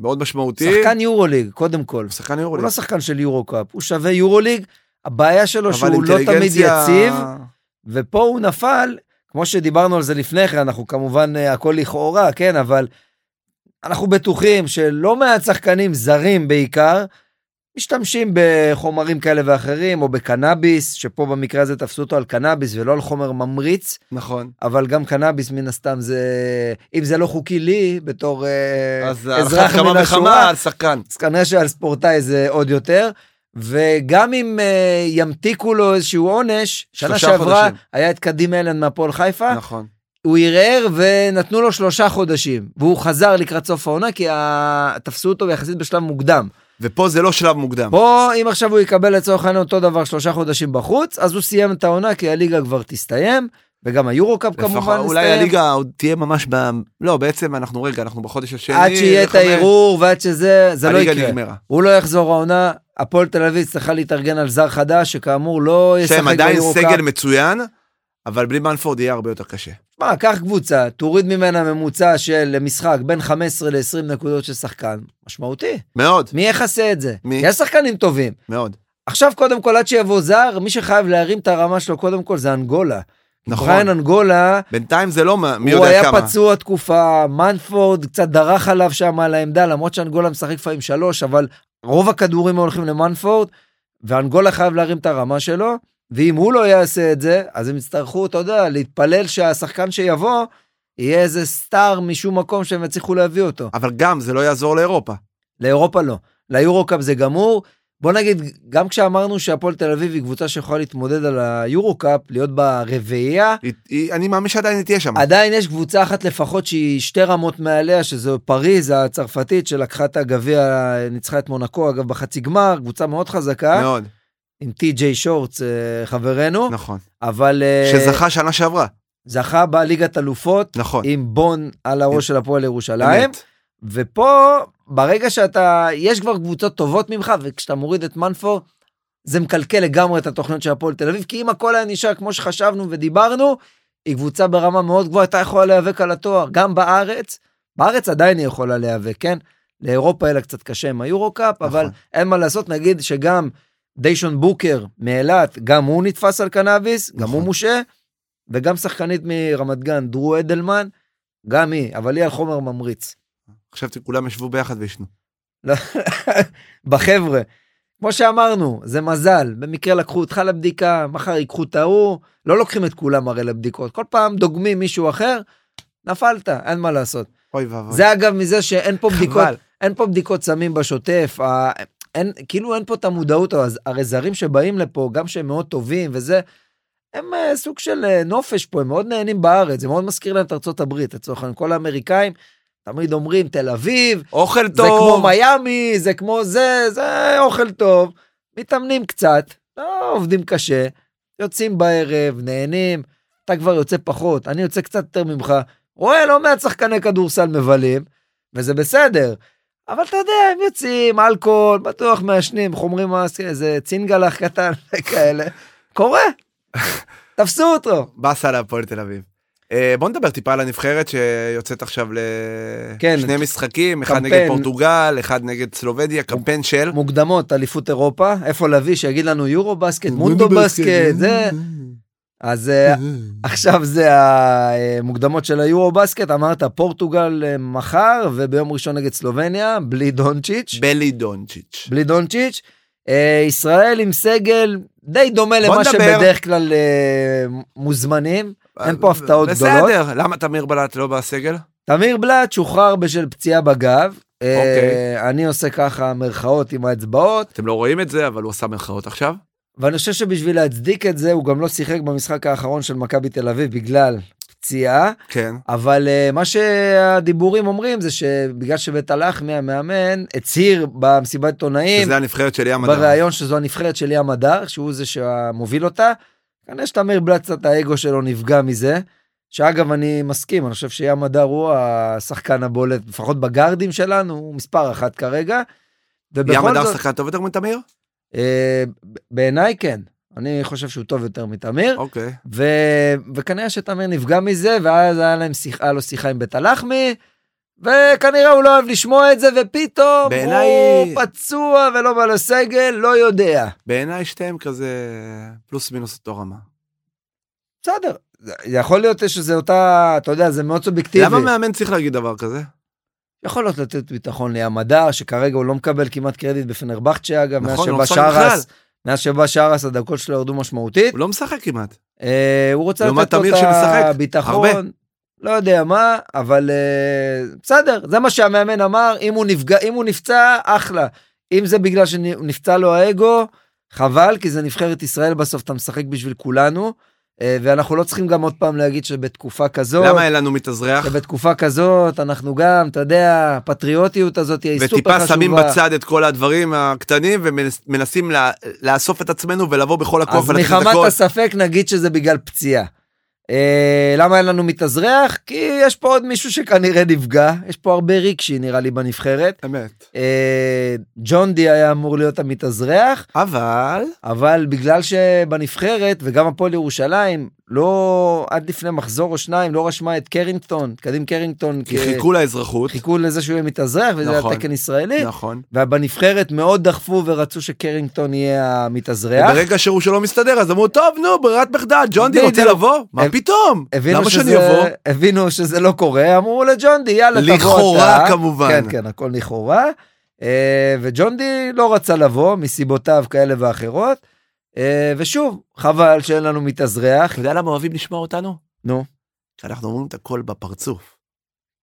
A: מאוד משמעותי.
B: שחקן יורוליג, קודם כל.
A: הוא שחקן יורו,
B: הוא לא שחקן של יורו-קאפ, הוא שווה יורוליג. הבעיה שלו שהוא לא תמיד יציב, ופה הוא נפל, כמו שדיברנו על זה לפני כן, אנחנו כמובן, אה, הכל לכאורה, כן, אבל אנחנו בטוחים שלא מעט שחקנים זרים בעיקר, משתמשים בחומרים כאלה ואחרים, או בקנאביס, שפה במקרה הזה תפסו אותו על קנאביס ולא על חומר ממריץ,
A: נכון.
B: אבל גם קנאביס מן הסתם זה, אם זה לא חוקי לי, בתור אה,
A: אז על אחת
B: אזרח מן
A: כמה וכמה
B: השורה,
A: על שחקן.
B: אז כנראה שעל ספורטאי זה עוד יותר. וגם אם uh, ימתיקו לו איזשהו עונש, שנה
A: שלושה
B: שעברה
A: חודשים.
B: היה את קדים אלן מהפועל חיפה,
A: נכון.
B: הוא ערער ונתנו לו שלושה חודשים, והוא חזר לקראת סוף העונה כי ה... תפסו אותו יחסית בשלב מוקדם.
A: ופה זה לא שלב מוקדם.
B: פה אם עכשיו הוא יקבל לצורך העניין אותו דבר שלושה חודשים בחוץ, אז הוא סיים את העונה כי הליגה כבר תסתיים, וגם היורו-קאפ כמובן
A: לפחות
B: יסתיים.
A: אולי הליגה עוד תהיה ממש ב... לא, בעצם אנחנו רגע, אנחנו בחודש השני.
B: עד שיהיה את
A: לחמש,
B: הערעור ועד שזה, זה לא יקרה.
A: הליגה נגמרה.
B: הוא לא יחזור העונה, הפועל תל אביב צריכה להתארגן על זר חדש, שכאמור לא ישחק
A: שהם עדיין
B: ביורוקאפ.
A: סגל מצוין, אבל בלי מנפורד יהיה הרבה יותר קשה.
B: מה, קח קבוצה, תוריד ממנה ממוצע של למשחק בין 15 ל-20 נקודות של שחקן, משמעותי.
A: מאוד,
B: מי יכסה את זה?
A: מי?
B: יש שחקנים טובים.
A: מאוד.
B: עכשיו, קודם כל, עד שיבוא זר, מי שחייב להרים את הרמה שלו, קודם כל, זה אנגולה.
A: נכון.
B: בריין אנגולה,
A: בינתיים זה לא מה- מי
B: הוא
A: יודע
B: היה
A: כמה.
B: פצוע תקופה, מנפורד קצת דרך עליו שם על העמדה, למרות שאנגולה משחק לפעמים שלוש, אבל רוב הכדורים הולכים למנפורד, ואנגולה חייב להרים את הרמה שלו, ואם הוא לא יעשה את זה, אז הם יצטרכו, אתה יודע, להתפלל שהשחקן שיבוא, יהיה איזה סטאר משום מקום שהם יצליחו להביא אותו.
A: אבל גם זה לא יעזור לאירופה.
B: לאירופה לא. ליורו-קאפ זה גמור. בוא נגיד, גם כשאמרנו שהפועל תל אביב היא קבוצה שיכולה להתמודד על היורו-קאפ, להיות ברביעייה,
A: היא- היא- אני מאמין שעדיין היא תהיה שם.
B: עדיין יש קבוצה אחת לפחות שהיא שתי רמות מעליה, שזו פריז הצרפתית שלקחה את הגביע, ניצחה את מונקו, אגב, בחצי גמר, קבוצה מאוד חזקה,
A: מאוד,
B: עם טי.ג'יי שורץ, אה, חברנו,
A: נכון.
B: אבל... אה,
A: שזכה שנה שעברה,
B: זכה בליגת אלופות,
A: נכון.
B: עם בון על
A: עם-
B: הראש של הפועל ירושלים.
A: אמת.
B: ופה, ברגע שאתה, יש כבר קבוצות טובות ממך, וכשאתה מוריד את מנפור, זה מקלקל לגמרי את התוכניות של הפועל תל אביב, כי אם הכל היה נשאר כמו שחשבנו ודיברנו, היא קבוצה ברמה מאוד גבוהה, הייתה יכולה להיאבק על התואר, גם בארץ, בארץ עדיין היא יכולה להיאבק, כן? לאירופה היה לה קצת קשה עם היורו-קאפ, אבל
A: נכון.
B: אין מה לעשות, נגיד שגם דיישון בוקר מאילת, גם הוא נתפס על קנאביס, גם
A: נכון.
B: הוא מושעה, וגם שחקנית מרמת גן, דרו אדלמן, גם היא, אבל היא על חומר ממריץ.
A: חשבתי כולם ישבו ביחד ועישנו.
B: לא, בחבר'ה. כמו שאמרנו, זה מזל, במקרה לקחו אותך לבדיקה, מחר ייקחו את ההוא, לא לוקחים את כולם הרי לבדיקות, כל פעם דוגמים מישהו אחר, נפלת, אין מה לעשות.
A: אוי ואבוי.
B: זה אגב מזה שאין פה בדיקות,
A: חבל.
B: אין פה בדיקות סמים בשוטף, ה... אין, כאילו אין פה את המודעות, אז הרי זרים שבאים לפה, גם שהם מאוד טובים וזה, הם אה, סוג של אה, נופש פה, הם מאוד נהנים בארץ, זה מאוד מזכיר להם את ארצות הברית, לצורך העניין, כל האמריקאים תמיד אומרים תל אביב,
A: אוכל
B: זה כמו
A: טוב.
B: מיאמי, זה כמו זה, זה אוכל טוב. מתאמנים קצת, לא עובדים קשה, יוצאים בערב, נהנים, אתה כבר יוצא פחות, אני יוצא קצת יותר ממך, רואה לא מעט שחקני כדורסל מבלים, וזה בסדר. אבל אתה יודע, הם יוצאים, אלכוהול, בטוח מעשנים, חומרים, מס- איזה צינגלח קטן וכאלה. קורה, תפסו אותו.
A: באסה להפועל תל אביב. אה, בוא נדבר טיפה על הנבחרת שיוצאת עכשיו
B: כן.
A: לשני משחקים, אחד
B: קמפיין.
A: נגד פורטוגל, אחד נגד סלובדיה, קמפיין של...
B: מוקדמות, אליפות אירופה, איפה לביא, שיגיד לנו יורו בסקט, מונדו בסקט, זה. אז אה, עכשיו זה המוקדמות של היורו בסקט, אמרת פורטוגל אה, מחר וביום ראשון נגד סלובניה, בלי דונצ'יץ'.
A: בלי דונצ'יץ'.
B: בלי דונצ'יץ'. אה, ישראל עם סגל די דומה
A: בוא
B: למה
A: נדבר.
B: שבדרך כלל אה, מוזמנים. אין פה הפתעות
A: בסדר, למה תמיר בלט לא בסגל?
B: תמיר בלאט שוחרר בשל פציעה בגב. אה,
A: אוקיי.
B: אני עושה ככה מירכאות עם האצבעות,
A: אתם לא רואים את זה, אבל הוא עשה מירכאות עכשיו.
B: ואני חושב שבשביל להצדיק את זה, הוא גם לא שיחק במשחק האחרון של מכבי תל אביב בגלל פציעה.
A: כן.
B: אבל uh, מה שהדיבורים אומרים זה שבגלל שבית הלחמי המאמן הצהיר במסיבת עיתונאים
A: שזה הנבחרת של ים הדר.
B: בריאיון שזו הנבחרת של ים הדר שהוא זה שמוביל אותה. כנראה שתמיר בלאט קצת האגו שלו נפגע מזה. שאגב אני מסכים אני חושב שים הדר הוא השחקן הבולט לפחות בגארדים שלנו הוא מספר אחת כרגע.
A: ים
B: ובכל
A: הדר
B: זאת
A: שחקן טוב יותר מתמיר?
B: אה, ב- בעיניי כן אני חושב שהוא טוב יותר מתמיר.
A: אוקיי.
B: ו... וכנראה שתמיר נפגע מזה, ואז היה, להם שיח... היה לו שיחה עם בית הלחמי, וכנראה הוא לא אוהב לשמוע את זה, ופתאום
A: בעיניי-
B: הוא פצוע ולא בא לסגל, לא יודע.
A: בעיניי שתיהם כזה פלוס מינוס אותו רמה.
B: בסדר, זה- זה יכול להיות שזה אותה, אתה יודע, זה מאוד סובייקטיבי.
A: למה מאמן צריך להגיד דבר כזה?
B: יכול להיות לתת ביטחון לים הדר, שכרגע הוא לא מקבל כמעט קרדיט בפנרבכצ'ה, אגב,
A: נכון, הוא לא
B: מאז
A: משחק
B: שבא שרס,
A: בכלל.
B: מאז שבא שרס הדקות שלו ירדו משמעותית.
A: הוא לא משחק כמעט.
B: אה, הוא רוצה
A: לעומת
B: לתת לו
A: תמיר
B: את
A: שמשחק,
B: הביטחון,
A: הרבה.
B: לא יודע מה, אבל אה, בסדר, זה מה שהמאמן אמר, אם הוא, נפגע, אם הוא נפצע, אחלה. אם זה בגלל שנפצע לו האגו, חבל, כי זה נבחרת ישראל בסוף, אתה משחק בשביל כולנו, אה, ואנחנו לא צריכים גם עוד פעם להגיד שבתקופה כזאת,
A: למה אין לנו מתאזרח?
B: שבתקופה כזאת אנחנו גם, אתה יודע, הפטריוטיות הזאת היא סופר חשובה.
A: וטיפה שמים בצד את כל הדברים הקטנים ומנסים לה- לאסוף את עצמנו ולבוא בכל הכוח
B: אז
A: ולתת את
B: מחמת
A: הכל.
B: הספק נגיד שזה בגלל פציעה. אה, למה אין לנו מתאזרח? כי יש פה עוד מישהו שכנראה נפגע, יש פה הרבה ריקשי נראה לי בנבחרת.
A: אמת.
B: אה, ג'ון די היה אמור להיות המתאזרח,
A: אבל
B: אבל בגלל שבנבחרת וגם הפועל ירושלים לא עד לפני מחזור או שניים לא רשמה את קרינגטון, קדים קרינגטון,
A: כי
B: כ-
A: חיכו לאזרחות.
B: כן. חיכו לזה שהוא יהיה מתאזרח וזה היה
A: נכון.
B: תקן ישראלי,
A: נכון.
B: ובנבחרת מאוד דחפו ורצו שקרינגטון יהיה המתאזרח.
A: ברגע שהוא שלא מסתדר אז אמרו טוב נו ברירת מחדל ג'ון די רוצה
B: בדיוק.
A: לבוא. מה
B: הם-
A: פתאום?
B: הבינו
A: למה
B: שזה-
A: שאני אבוא?
B: הבינו שזה לא קורה, אמרו לג'ון די, יאללה, תבוא אתה.
A: לכאורה, כמובן.
B: אה? כן, כן, הכל לכאורה. אה, וג'ון די לא רצה לבוא, מסיבותיו כאלה ואחרות. אה, ושוב, חבל שאין לנו מתאזרח.
A: אתה יודע למה אוהבים לשמוע אותנו?
B: נו.
A: כי אנחנו אומרים את הכל בפרצוף.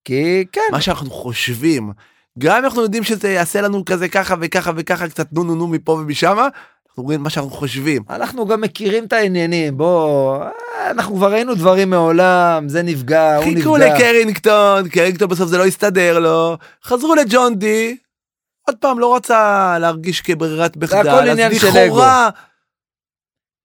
B: כי כן,
A: מה שאנחנו חושבים, גם אם אנחנו יודעים שזה יעשה לנו כזה ככה וככה וככה, קצת נו נו נו מפה ומשמה, אנחנו אומרים מה שאנחנו חושבים.
B: אנחנו גם מכירים את העניינים, בוא, אה, אנחנו כבר ראינו דברים מעולם, זה נפגע, הוא נפגע.
A: חיכו לקרינגטון, קרינגטון בסוף זה לא הסתדר לו, חזרו לג'ון די, עוד פעם לא רצה להרגיש כברירת
B: הכל
A: מחדל,
B: עניין
A: אז
B: של
A: לכאורה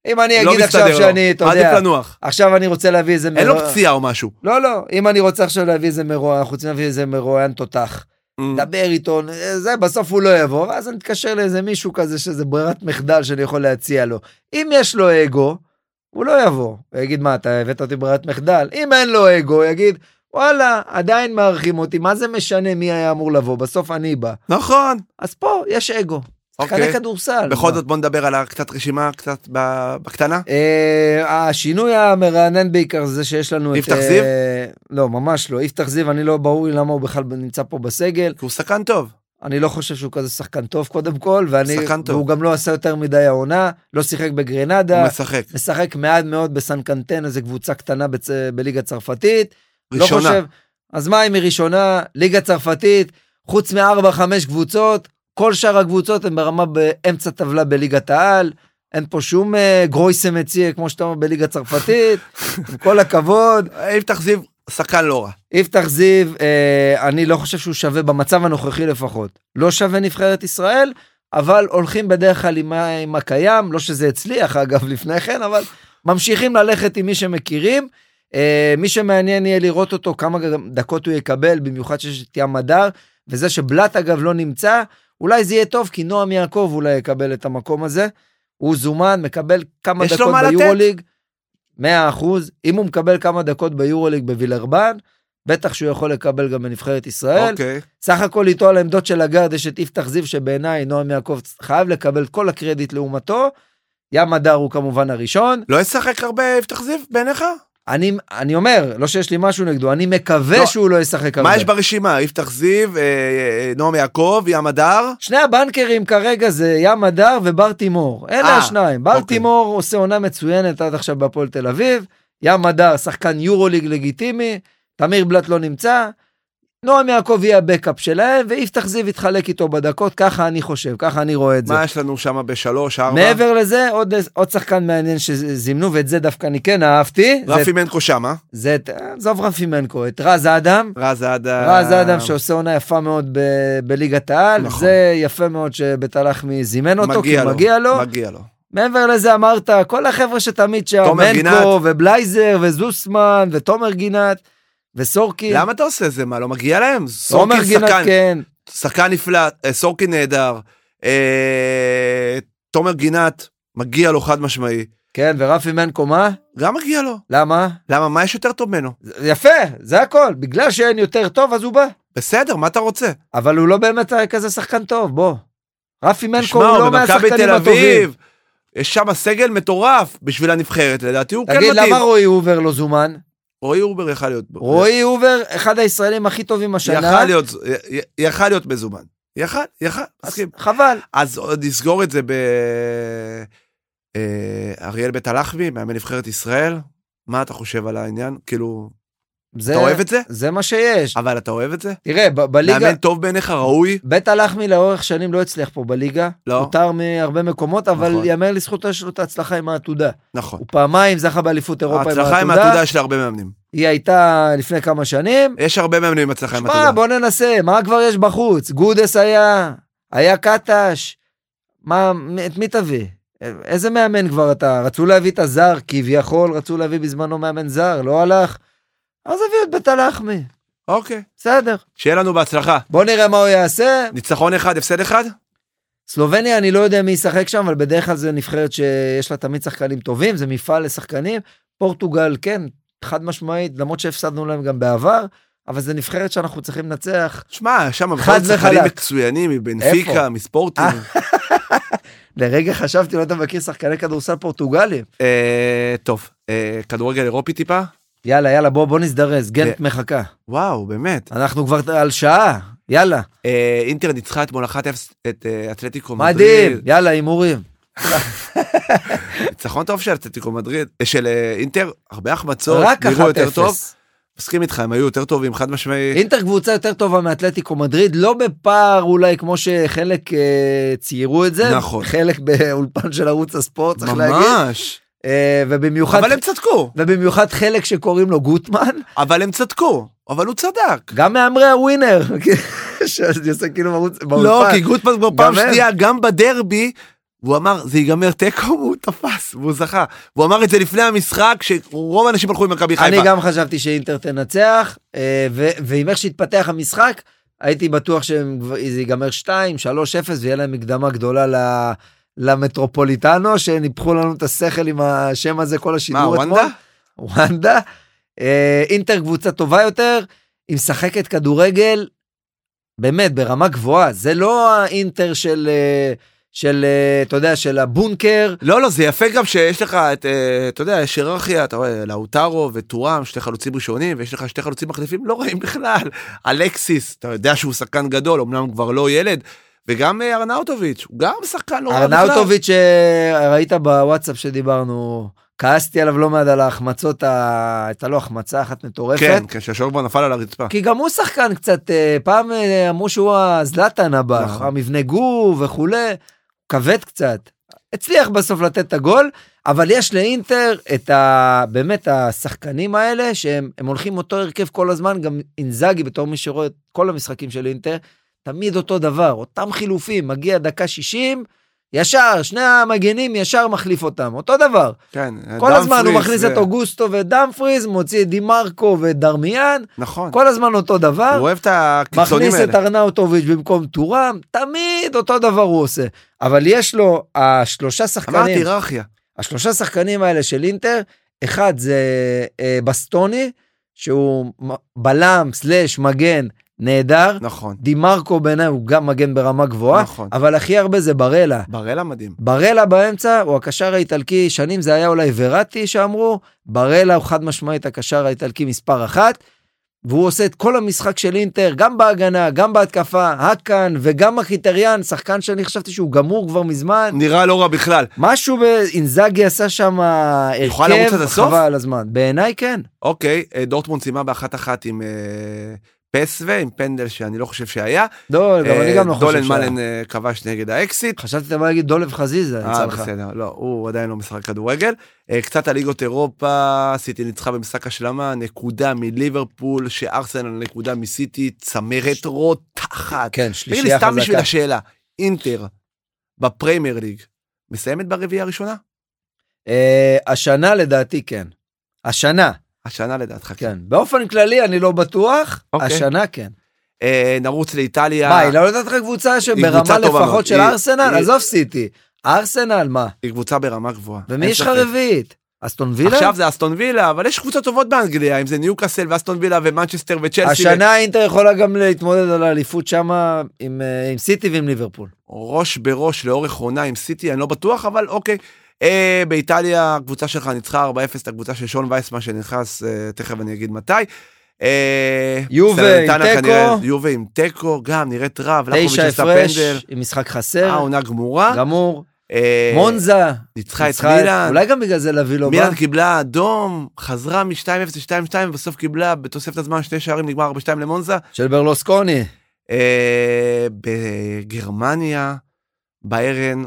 B: אם אני
A: לא
B: אגיד עכשיו
A: מסתדר
B: שאני, אתה
A: לו, עדיף
B: יודע,
A: לנוח,
B: עכשיו אני רוצה להביא איזה
A: אין לו
B: מרואיין-
A: פציעה או משהו.
B: לא, לא, אם אני רוצה עכשיו להביא איזה מרואיין, אנחנו רוצים להביא איזה מרואיין תותח.
A: Mm.
B: דבר איתו, זה, בסוף הוא לא יבוא, ואז אני מתקשר לאיזה מישהו כזה שזה ברירת מחדל שאני יכול להציע לו. אם יש לו אגו, הוא לא יבוא. הוא יגיד, מה, אתה הבאת אותי ברירת מחדל? אם אין לו אגו, הוא יגיד, וואלה, עדיין מארחים אותי, מה זה משנה מי היה אמור לבוא, בסוף אני בא.
A: נכון,
B: אז פה יש אגו.
A: אוקיי.
B: שחקני כדורסל.
A: בכל
B: מה?
A: זאת בוא נדבר על ה- קצת רשימה קצת ב- בקטנה.
B: אה, השינוי המרענן בעיקר זה שיש לנו את...
A: יפתח זיו?
B: אה, לא, ממש לא. יפתח זיו, אני לא ברור לי למה הוא בכלל נמצא פה בסגל.
A: כי הוא שחקן טוב.
B: אני לא חושב שהוא כזה שחקן טוב קודם כל, ואני,
A: שחקן טוב.
B: והוא גם לא עשה יותר מדי העונה, לא שיחק
A: הוא
B: בגרנדה,
A: משחק.
B: משחק מעט מאוד בסנקנטן, איזו קבוצה קטנה בצ... בליגה צרפתית. לא
A: ראשונה.
B: חושב, אז מה אם היא ראשונה, ליגה צרפתית, חוץ מארבע, חמש קבוצות, כל שאר הקבוצות הן ברמה באמצע טבלה בליגת העל, אין פה שום אה, גרויסה מציא, כמו שאתה אומר, בליגה צרפתית, עם כל הכבוד.
A: יפתח זיו, שחקן לא רע.
B: יפתח זיו, אה, אני לא חושב שהוא שווה, במצב הנוכחי לפחות, לא שווה נבחרת ישראל, אבל הולכים בדרך כלל עם, ה- עם הקיים, לא שזה הצליח אגב לפני כן, אבל ממשיכים ללכת עם מי שמכירים. אה, מי שמעניין יהיה לראות אותו, כמה גם דקות הוא יקבל, במיוחד שיש את ים הדר, וזה שבלאט אגב לא נמצא, אולי זה יהיה טוב, כי נועם יעקב אולי יקבל את המקום הזה. הוא זומן, מקבל כמה
A: יש לו
B: דקות
A: מה לתת.
B: ביורוליג, 100 אחוז, אם הוא מקבל כמה דקות ביורוליג בווילרבן, בטח שהוא יכול לקבל גם בנבחרת ישראל.
A: אוקיי.
B: סך הכל איתו על העמדות של הגארד יש את יפתח זיו, שבעיניי נועם יעקב חייב לקבל את כל הקרדיט לעומתו. ים הדר הוא כמובן הראשון.
A: לא ישחק הרבה יפתח זיו בעיניך?
B: אני, אני אומר, לא שיש לי משהו נגדו, אני מקווה
A: לא.
B: שהוא לא ישחק הרבה.
A: מה יש ברשימה? יפתח זיו, אה, אה, נועם יעקב, ים הדר.
B: שני הבנקרים כרגע זה ים הדר ובר תימור. אלה
A: אה,
B: השניים. בר
A: אוקיי.
B: תימור עושה עונה מצוינת עד עכשיו בהפועל תל אביב. ים הדר, שחקן יורוליג לגיטימי. תמיר בלאט לא נמצא. נועם יעקב יהיה הבקאפ שלהם, ויפתח זיו יתחלק איתו בדקות, ככה אני חושב, ככה אני רואה את זה.
A: מה יש לנו שם בשלוש, ארבע?
B: מעבר לזה, עוד, עוד שחקן מעניין שזימנו, ואת זה דווקא אני כן אהבתי. זה-
A: רפי מנקו שמה.
B: זה, את- אה, עזוב רפי מנקו, את רז אדם.
A: רז אדם.
B: רז אדם שעושה עונה יפה מאוד ב- בליגת העל,
A: אה, נכון.
B: זה יפה מאוד שביתר לחמי זימן אותו, כי
A: מגיע לו.
B: מגיע לו.
A: מגיע לו.
B: מעבר לזה אמרת, כל החבר'ה שתמיד שם,
A: תומר
B: מנקו ובלייזר וזוסמן ותומר גינת וסורקין.
A: למה אתה עושה זה? מה, לא מגיע להם?
B: תומר
A: סורקין
B: גינת
A: שחקן,
B: כן,
A: שחקן נפלא, אה, סורקין נהדר. אה, תומר גינת, מגיע לו חד משמעי.
B: כן, ורפי מנקו מה?
A: גם מגיע לו.
B: למה?
A: למה, מה יש יותר טוב ממנו?
B: זה- יפה, זה הכל, בגלל שאין יותר טוב אז הוא בא.
A: בסדר, מה אתה רוצה?
B: אבל הוא לא באמת היה כזה שחקן טוב, בוא. רפי מנקו
A: תשמע,
B: הוא
A: הוא
B: לא
A: במכבי
B: מהשחקנים
A: תל
B: הטובים.
A: אביב. יש שם סגל מטורף בשביל הנבחרת, לדעתי הוא כן
B: תגיד,
A: מתאים.
B: למה רועי הובר לא זומן?
A: רועי אובר יכל להיות בו.
B: רועי הובר, אחד הישראלים הכי טובים השנה.
A: יכל להיות, י- י- יכל להיות מזומן. יכל, יכל,
B: אז
A: מסכים.
B: חבל.
A: אז עוד נסגור את זה ב... אה, אריאל בית הלחמי, מאמן נבחרת ישראל. מה אתה חושב על העניין? כאילו,
B: זה,
A: אתה אוהב את זה?
B: זה מה שיש.
A: אבל אתה אוהב את זה?
B: תראה, ב- בליגה,
A: מאמן טוב בעיניך, ראוי?
B: בית הלחמי לאורך שנים לא הצליח פה בליגה.
A: לא.
B: הותר מהרבה מקומות, אבל
A: נכון.
B: יאמר לזכותו יש לו את ההצלחה עם העתודה.
A: נכון.
B: הוא פעמיים זכה באליפות אירופה עם
A: ההצלחה עם
B: העתודה.
A: העתודה יש להרבה מאמנים.
B: היא הייתה לפני כמה שנים.
A: יש הרבה מאמנים עם הצלחה עם
B: שמע,
A: העתודה.
B: בוא ננסה, מה כבר יש בחוץ? גודס היה, היה קטש. מה, מ- את מי תביא? איזה מאמן כבר אתה? רצו להביא את הזר, כביכול רצו להביא בזמנו מאמן זר, לא הלך. אז הביאו את בית הלחמי,
A: אוקיי.
B: בסדר.
A: שיהיה לנו בהצלחה.
B: בוא נראה מה הוא יעשה.
A: ניצחון אחד, הפסד אחד?
B: סלובניה, אני לא יודע מי ישחק שם, אבל בדרך כלל זו נבחרת שיש לה תמיד שחקנים טובים, זה מפעל לשחקנים. פורטוגל, כן, חד משמעית, למרות שהפסדנו להם גם בעבר, אבל זו נבחרת שאנחנו צריכים לנצח.
A: שמע, שם
B: חד
A: שחקנים
B: וחלק.
A: מצוינים מבנפיקה,
B: איפה?
A: מספורטים.
B: לרגע חשבתי, לא יודע, מכיר שחקני כדורסל פורטוגלים.
A: אה, טוב, אה, כדורגל אירופי טיפה?
B: יאללה, יאללה, בוא, בוא נזדרז, גנט
A: כן.
B: מחכה.
A: וואו, באמת.
B: אנחנו כבר על שעה, יאללה,
A: אה, אינטר ניצחה אתמול 1-0 את אה, אתלטיקו מדריד.
B: מדהים, יאללה, הימורים.
A: ניצחון טוב של אתלטיקו מדריד, אה, של אה, אינטר, הרבה החמצות,
B: רק 1-0.
A: נראו יותר טוב. מסכים איתך, הם היו יותר טובים, חד משמעי.
B: אינטר קבוצה יותר טובה מאתלטיקו מדריד, לא בפער אולי כמו שחלק אה, ציירו את זה,
A: נכון.
B: חלק באולפן של ערוץ הספורט, צריך להגיד,
A: ממש.
B: אה, ובמיוחד
A: אבל הם צדקו,
B: ובמיוחד חלק שקוראים לו גוטמן,
A: אבל הם צדקו, אבל הוא צדק.
B: גם מהמרי הווינר, שאני עושה כאילו בערוץ,
A: לא,
B: באולפן.
A: כי גוטמן כבר פעם
B: הם.
A: שנייה, גם בדרבי, הוא אמר, זה ייגמר תיקו, והוא תפס, והוא זכה. הוא אמר את זה לפני המשחק, שרוב האנשים הלכו עם מכבי
B: אני
A: חיפה.
B: גם חשבתי שאינטר תנצח, אה, ו- ועם איך שהתפתח המשחק, הייתי בטוח שזה ייגמר 2, 3, 0, ויהיה להם מקדמה גדולה ל... למטרופוליטנו, שניפחו לנו את השכל עם השם הזה כל
A: מה,
B: השידור
A: וונדה?
B: וונדה. אה, אינטר קבוצה טובה יותר, היא משחקת כדורגל, באמת, ברמה גבוהה. זה לא האינטר של, אה, של, אה, אתה יודע, של הבונקר.
A: לא, לא, זה יפה גם שיש לך את, אה, אתה יודע, יש היררכיה, אתה רואה, לאוטרו וטוראם, שני חלוצים ראשונים, ויש לך שתי חלוצים מחליפים לא רעים בכלל. אלקסיס, אתה יודע שהוא שחקן גדול, אמנם הוא כבר לא ילד, וגם אה, ארנאוטוביץ', הוא גם שחקן לא רע בכלל.
B: ארנאוטוביץ', אה, ראית בוואטסאפ שדיברנו, כעסתי עליו לא מעט על ההחמצות, ה- הייתה לו החמצה אחת מטורפת.
A: כן, כן, שהשוער כבר נפל על הרצפה.
B: כי גם הוא שחקן קצת, אה, פעם אה, אמרו שהוא הזלאטן הבא,
A: נכון.
B: המבנה גוף וכולי, הוא כבד קצת. הצליח בסוף לתת את הגול, אבל יש לאינטר את ה... באמת השחקנים האלה, שהם הם הולכים אותו הרכב כל הזמן, גם אינזאגי בתור מי שרואה את כל המשחקים של אינטר, תמיד אותו דבר, אותם חילופים, מגיע דקה 60, ישר, שני המגנים ישר מחליף אותם, אותו דבר.
A: כן,
B: כל הזמן הוא
A: דאמפריס
B: מכניס
A: ו-
B: את אוגוסטו ואת דמפריז, מוציא את דימרקו ואת דרמיאן,
A: נכון,
B: כל הזמן אותו
A: הוא
B: דבר,
A: אוהב את הקיצונים
B: מכניס
A: האלה.
B: את ארנאוטוביץ' במקום טורם, תמיד אותו דבר הוא עושה. אבל יש לו, השלושה
A: אמרתי
B: שחקנים,
A: היררכיה.
B: השלושה שחקנים האלה של אינטר, אחד זה אה, בסטוני, שהוא מ- בלם סלאש מגן נהדר,
A: נכון.
B: דימרקו בעיניי הוא גם מגן ברמה גבוהה,
A: נכון.
B: אבל הכי הרבה זה ברלה.
A: בראלה מדהים.
B: ברלה באמצע הוא הקשר האיטלקי, שנים זה היה אולי וראטי שאמרו, ברלה הוא חד משמעית הקשר האיטלקי מספר אחת, והוא עושה את כל המשחק של אינטר, גם בהגנה, גם בהתקפה, האקן וגם מחיטריאן, שחקן שאני חשבתי שהוא גמור כבר מזמן.
A: נראה לא רע בכלל.
B: משהו באינזאגי עשה שם אה, הרכב,
A: יוכל לרוץ עד הסוף?
B: חבל על הזמן. בעיניי כן.
A: אוקיי, אה, דורטמונד סיימה באחת אחת עם אה, פסווה, עם פנדל שאני לא חושב שהיה.
B: דול, גם אני
A: אה,
B: גם לא חושב
A: דולן
B: שהיה.
A: מלן אה, כבש נגד האקסיט.
B: חשבתי אתה בא להגיד דולב חזיזה, יצא
A: אה,
B: לך.
A: בסדר, לא, הוא עדיין לא משחק כדורגל. אה, קצת על ליגות אירופה, סיטי ניצחה במשחק השלמה, נקודה מליברפול, שארסנל נקודה מסיטי, צמרת רותחת.
B: כן,
A: תגיד לי,
B: שלישייה
A: סתם בשביל
B: חזקה.
A: השאלה, אינטר בפריימר ליג, מסיימת ברביעייה הראשונה?
B: אה, השנה לדעתי כן. השנה.
A: השנה לדעתך. כן.
B: כן, באופן כללי אני לא בטוח,
A: אוקיי.
B: השנה כן.
A: אה, נרוץ לאיטליה,
B: מה, היא לא יודעת לך קבוצה
A: קבוצה
B: שברמה
A: טובה מאוד.
B: לפחות של
A: היא-
B: ארסנל?
A: היא-
B: עזוב סיטי. ארסנל, מה?
A: היא קבוצה ברמה גבוהה.
B: ומי
A: אין
B: יש לך
A: ספק.
B: רביעית? אסטון וילה?
A: עכשיו זה אסטון וילה, אבל יש קבוצות טובות באנגליה, אם זה ניוקאסל ואסטון וילה ומנצ'סטר וצ'לסי.
B: השנה אינטר יכולה גם להתמודד על האליפות שמה עם אה, עם סיטי ועם ליברפול.
A: ראש בראש לאורך עונה עם סיטי, אני לא בטוח, אבל אוקיי. אה, באיטליה הקבוצה שלך ניצחה 4-0 את הקבוצה של שון וייסמן שנכנס, אה, תכף אני אגיד מתי. אה,
B: יובה עם
A: סלרנטנה
B: תיקו.
A: כנראה, יובה עם תיקו, גם נראית רע, ולחוביץ'
B: תשע
A: עשה
B: הפרש,
A: פנדל.
B: עם משחק
A: אה,
B: חסר,
A: עונה גמורה.
B: גמור.
A: אה,
B: מונזה.
A: ניצחה את
B: ניצחה
A: מילאן.
B: אולי גם בגלל זה לביא לא בא.
A: מילאן קיבלה אדום, חזרה מ-2-0 ל-2-2, ובסוף קיבלה בתוספת הזמן שני שערים, נגמר 4-2 למונזה.
B: של ברלוסקוני.
A: אה, בגרמניה, ביירן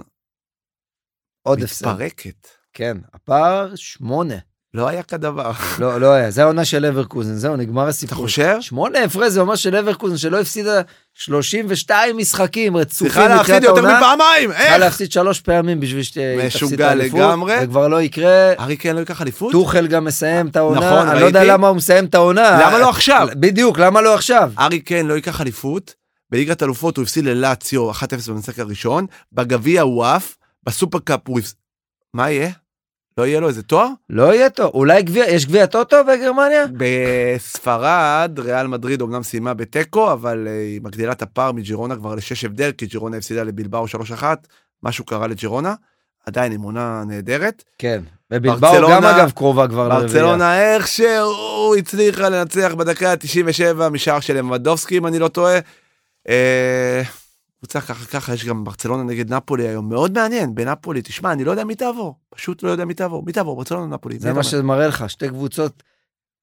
B: עוד הפסד.
A: מתפרקת.
B: כן, הפער שמונה.
A: לא היה כדבר.
B: לא, לא היה, זה העונה של אברקוזן, זהו, נגמר הסיפור.
A: אתה חושב?
B: שמונה הפרש זה ממש של אברקוזן שלא הפסידה 32 משחקים רצופים
A: צריכה להפסיד יותר מפעמיים,
B: צריכה
A: איך?
B: להפסיד שלוש פעמים בשביל שתפסיד את
A: משוגע
B: האליפות.
A: לגמרי.
B: זה כבר לא יקרה.
A: ארי קיין לא ייקח אליפות?
B: טוחל גם מסיים את העונה.
A: נכון,
B: אני לא יודע
A: ראיתי.
B: למה הוא מסיים את העונה.
A: למה לא עכשיו?
B: בדיוק, למה לא עכשיו?
A: ארי קיין לא ייקח אליפות, בליגת אלופות הוא הפסיד ללאציו 1-0 במשחק הראשון, בגביע הוא עף, בסופרקאפ הוא הפסיד. מה יהיה? לא יהיה לו איזה תואר?
B: לא יהיה טוב. אולי גביע, יש גביע טוטו בגרמניה?
A: בספרד, ריאל מדריד אומנם סיימה בתיקו, אבל אה, היא מגדילה את הפער מג'ירונה כבר לשש הבדל, כי ג'ירונה הפסידה לבלבאו 3-1, משהו קרה לג'רונה, עדיין עם עונה נהדרת.
B: כן, ובלבאו גם
A: ברצלונה-
B: אגב קרובה כבר לרביעייה.
A: ברצלונה איך שהוא הצליחה לנצח בדקה ה-97 משער של לבדובסקי אם אני לא טועה. אה, קבוצה ככה ככה יש גם ברצלונה נגד נפולי היום מאוד מעניין בנפולי תשמע אני לא יודע מי תעבור פשוט לא יודע מי תעבור מי תעבור ברצלונה נפולי.
B: זה מה שמראה לך, שתי קבוצות.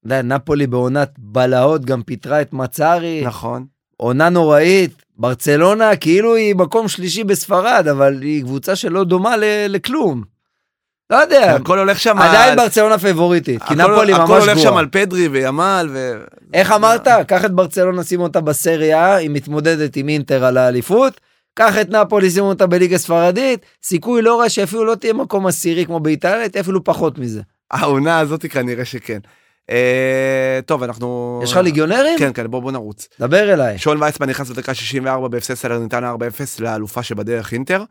B: אתה יודע, נפולי בעונת בלהות גם פיטרה את מצארי,
A: נכון
B: עונה נוראית. ברצלונה כאילו היא מקום שלישי בספרד, אבל היא קבוצה שלא דומה ל- לכלום. לא יודע,
A: הכל הולך שם
B: עדיין
A: על-
B: ברצלונה פייבוריטית, כי
A: הכל-
B: נפולי ממש
A: הכל הולך שם
B: גרועה.
A: על אה. פדרי וימל ו...
B: איך אמרת? קח את ברצלונה, שים אותה בסריה, היא מתמודדת עם אינטר על האליפות. קח את נפולי, שים אותה בליגה ספרדית. סיכוי לא רע שאפילו לא תהיה מקום עשירי כמו באיטליה, תהיה אפילו פחות מזה.
A: העונה הזאת כנראה שכן. אה, טוב אנחנו
B: יש לך ליגיונרים?
A: כן כן בוא בוא נרוץ.
B: דבר אליי.
A: שון וייצמן נכנס בדקה 64 בהפסד סלרניטנה 4-0 לאלופה שבדרך אינטר.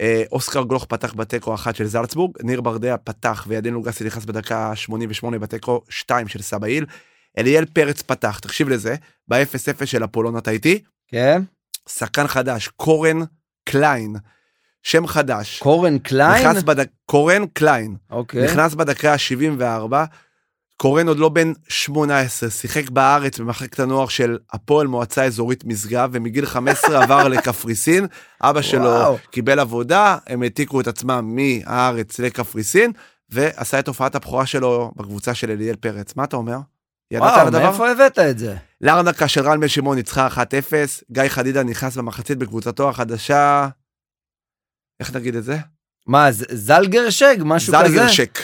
A: אה, אוסקר גלוך פתח בתיקו אחת של זלצבורג, ניר ברדע פתח וידין לוגסי נכנס בדקה 88 בתיקו 2 של סבאיל. אליאל פרץ פתח, תקשיב לזה, ב-0-0 של אפולון אתה איתי,
B: כן?
A: שחקן חדש, קורן קליין, שם חדש.
B: קורן קליין?
A: נכנס בדק... קורן קליין.
B: אוקיי.
A: נכנס בדקה ה-74, קורן עוד לא בן 18, שיחק בארץ במחלקת הנוער של הפועל מועצה אזורית משגב, ומגיל 15 עבר לקפריסין, אבא
B: וואו.
A: שלו קיבל עבודה, הם העתיקו את עצמם מהארץ לקפריסין, ועשה את הופעת הבכורה שלו בקבוצה של אליאל פרץ. מה אתה אומר? ידעת על
B: וואו,
A: הדבר?
B: מאיפה הבאת את זה?
A: לארנקה של רן בן שמעון ניצחה 1-0, גיא חדידה נכנס במחצית בקבוצתו החדשה, איך נגיד את זה?
B: מה, ז- זלגרשג? משהו כזה?
A: זלגרשק.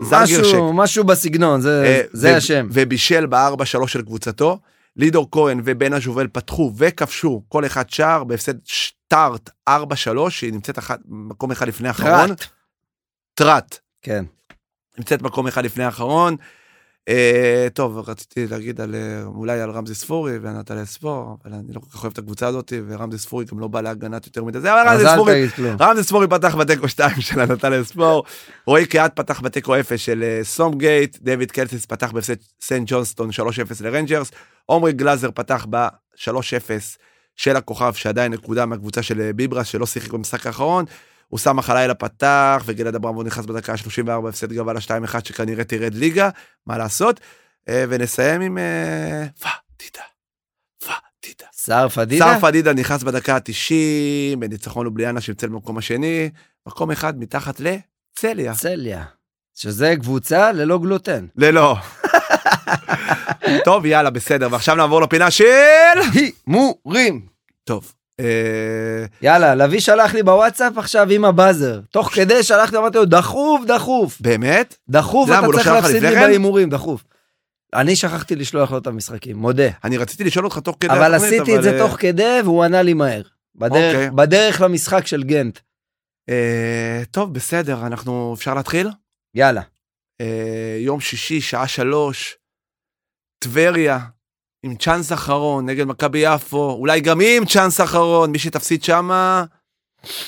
A: זלגרשק.
B: משהו, משהו בסגנון, זה,
A: אה,
B: זה
A: ו-
B: השם.
A: ובישל בארבע שלוש של קבוצתו. לידור כהן ובן הז'ובל פתחו וכבשו כל אחד שער בהפסד שטארט 4-3 שהיא נמצאת אחת, מקום אחד לפני האחרון.
B: טראט.
A: טראט.
B: כן.
A: נמצאת מקום אחד לפני האחרון. אה, טוב רציתי להגיד על אה, אולי על רמזי ספורי ונטליה ספור אבל אני לא כל כך אוהב את הקבוצה הזאת ורמזי ספורי גם לא בא להגנת יותר מדי זה אבל
B: אז
A: רמזי
B: אל
A: ספורי
B: תגיד כלום.
A: רמזי ספורי פתח בתיקו 2 של נתניה ספור, רועי קהת פתח בתיקו 0 של אה, סומגייט, דויד קלסיס פתח בהפסד סנט ג'ונסטון 3-0 לרנג'רס, עומרי גלאזר פתח ב-3-0 של הכוכב שעדיין נקודה מהקבוצה של אה, ביברס שלא שיחק במשחק האחרון, אוסאמה חלילה פתח וגלעד אברמוב נכנס בדקה ה-34 הפסד גבל ה-2-1 שכנראה תרד ליגה, מה לעשות, אה, ונסיים עם אה, פדידה, פדידה.
B: סער פדידה?
A: סער פדידה נכנס בדקה ה-90, בניצחון לובליאנה שנמצאת במקום השני, מקום אחד מתחת לצליה.
B: צליה. שזה קבוצה ללא גלוטן.
A: ללא. טוב, יאללה, בסדר, ועכשיו נעבור לפינה של...
B: הימורים.
A: טוב. אה,
B: יאללה, לביא שלח לי בוואטסאפ עכשיו עם הבאזר. תוך כדי שלחתי, אמרתי לו, דחוף, דחוף.
A: באמת?
B: דחוף,
A: למה,
B: אתה
A: הוא לא
B: צריך
A: שלח לך
B: להפסיד
A: לפני
B: לי
A: כן?
B: בהימורים, דחוף. אני שכחתי לשלוח לו את המשחקים, מודה.
A: אני רציתי לשאול אותך תוך כדי...
B: אבל
A: התוכנית,
B: עשיתי את
A: כן, אבל,
B: זה
A: אה,
B: תוך כדי, והוא ענה לי מהר. בדרך-
A: אוקיי.
B: בדרך למשחק של גנט.
A: אה, טוב, בסדר, אנחנו... אפשר להתחיל?
B: יאללה.
A: אה, יום שישי, שעה שלוש, טבריה, עם צ'אנס אחרון נגד מכבי יפו, אולי גם היא עם צ'אנס אחרון, מי שתפסיד שמה,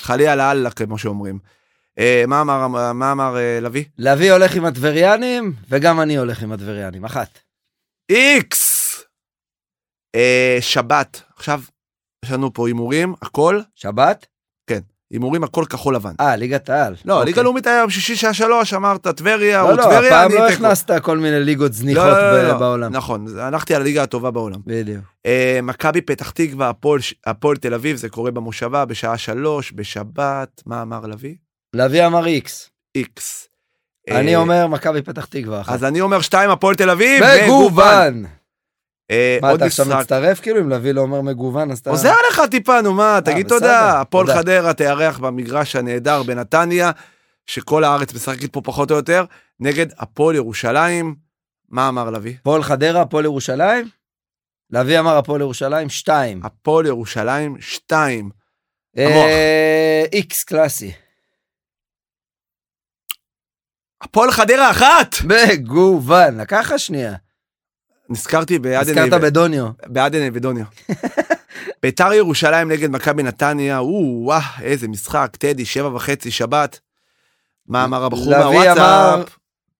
A: חלילה לאללה, כמו שאומרים. אה, מה אמר, מה אמר אה, לביא?
B: לביא הולך עם הטבריאנים, וגם אני הולך עם הטבריאנים. אחת.
A: איקס! אה, שבת, עכשיו יש לנו פה הימורים, הכל,
B: שבת?
A: הימורים הכל כחול לבן.
B: אה, ליגת העל.
A: לא,
B: אוקיי.
A: ליגה לאומית היה יום שישי שעה שלוש, אמרת טבריה, הוא
B: לא, לא,
A: טבריה,
B: הפעם
A: אני
B: לא
A: תיקו.
B: הכנסת כל מיני ליגות
A: לא,
B: זניחות
A: לא, לא,
B: ב-
A: לא.
B: בעולם.
A: נכון, הלכתי על הליגה הטובה בעולם.
B: בדיוק.
A: אה, מכבי פתח תקווה, הפועל ש- הפועל תל אביב, זה קורה במושבה בשעה שלוש, בשבת, מה אמר לביא?
B: לביא אמר איקס.
A: איקס. אה,
B: אני אומר מכבי פתח תקווה אחת.
A: אז אני אומר שתיים, הפועל תל אביב,
B: מגוון.
A: אה,
B: מה,
A: עוד
B: אתה עכשיו
A: משחק.
B: מצטרף כאילו? אם לביא לא אומר מגוון, אז אתה...
A: עוזר לך טיפה, נו מה, תגיד
B: אה, בסדר,
A: תודה. הפועל
B: תודה.
A: חדרה תארח במגרש הנהדר בנתניה, שכל הארץ משחקת פה פחות או יותר, נגד הפועל ירושלים. מה אמר לביא?
B: הפועל חדרה, הפועל ירושלים? לביא אמר הפועל ירושלים, שתיים.
A: הפועל ירושלים, שתיים. המוח.
B: אה, איקס קלאסי.
A: הפועל חדרה אחת!
B: מגוון. לקח לך שנייה.
A: נזכרתי בעדן
B: הזכרת
A: איבן.
B: בדוניו.
A: בעדן אבידוניה. ביתר ירושלים נגד מכבי נתניה, או וואה, איזה משחק, טדי, שבע וחצי, שבת. מה אמר הבחור
B: לביא אמר-
A: מהוואטסאפ?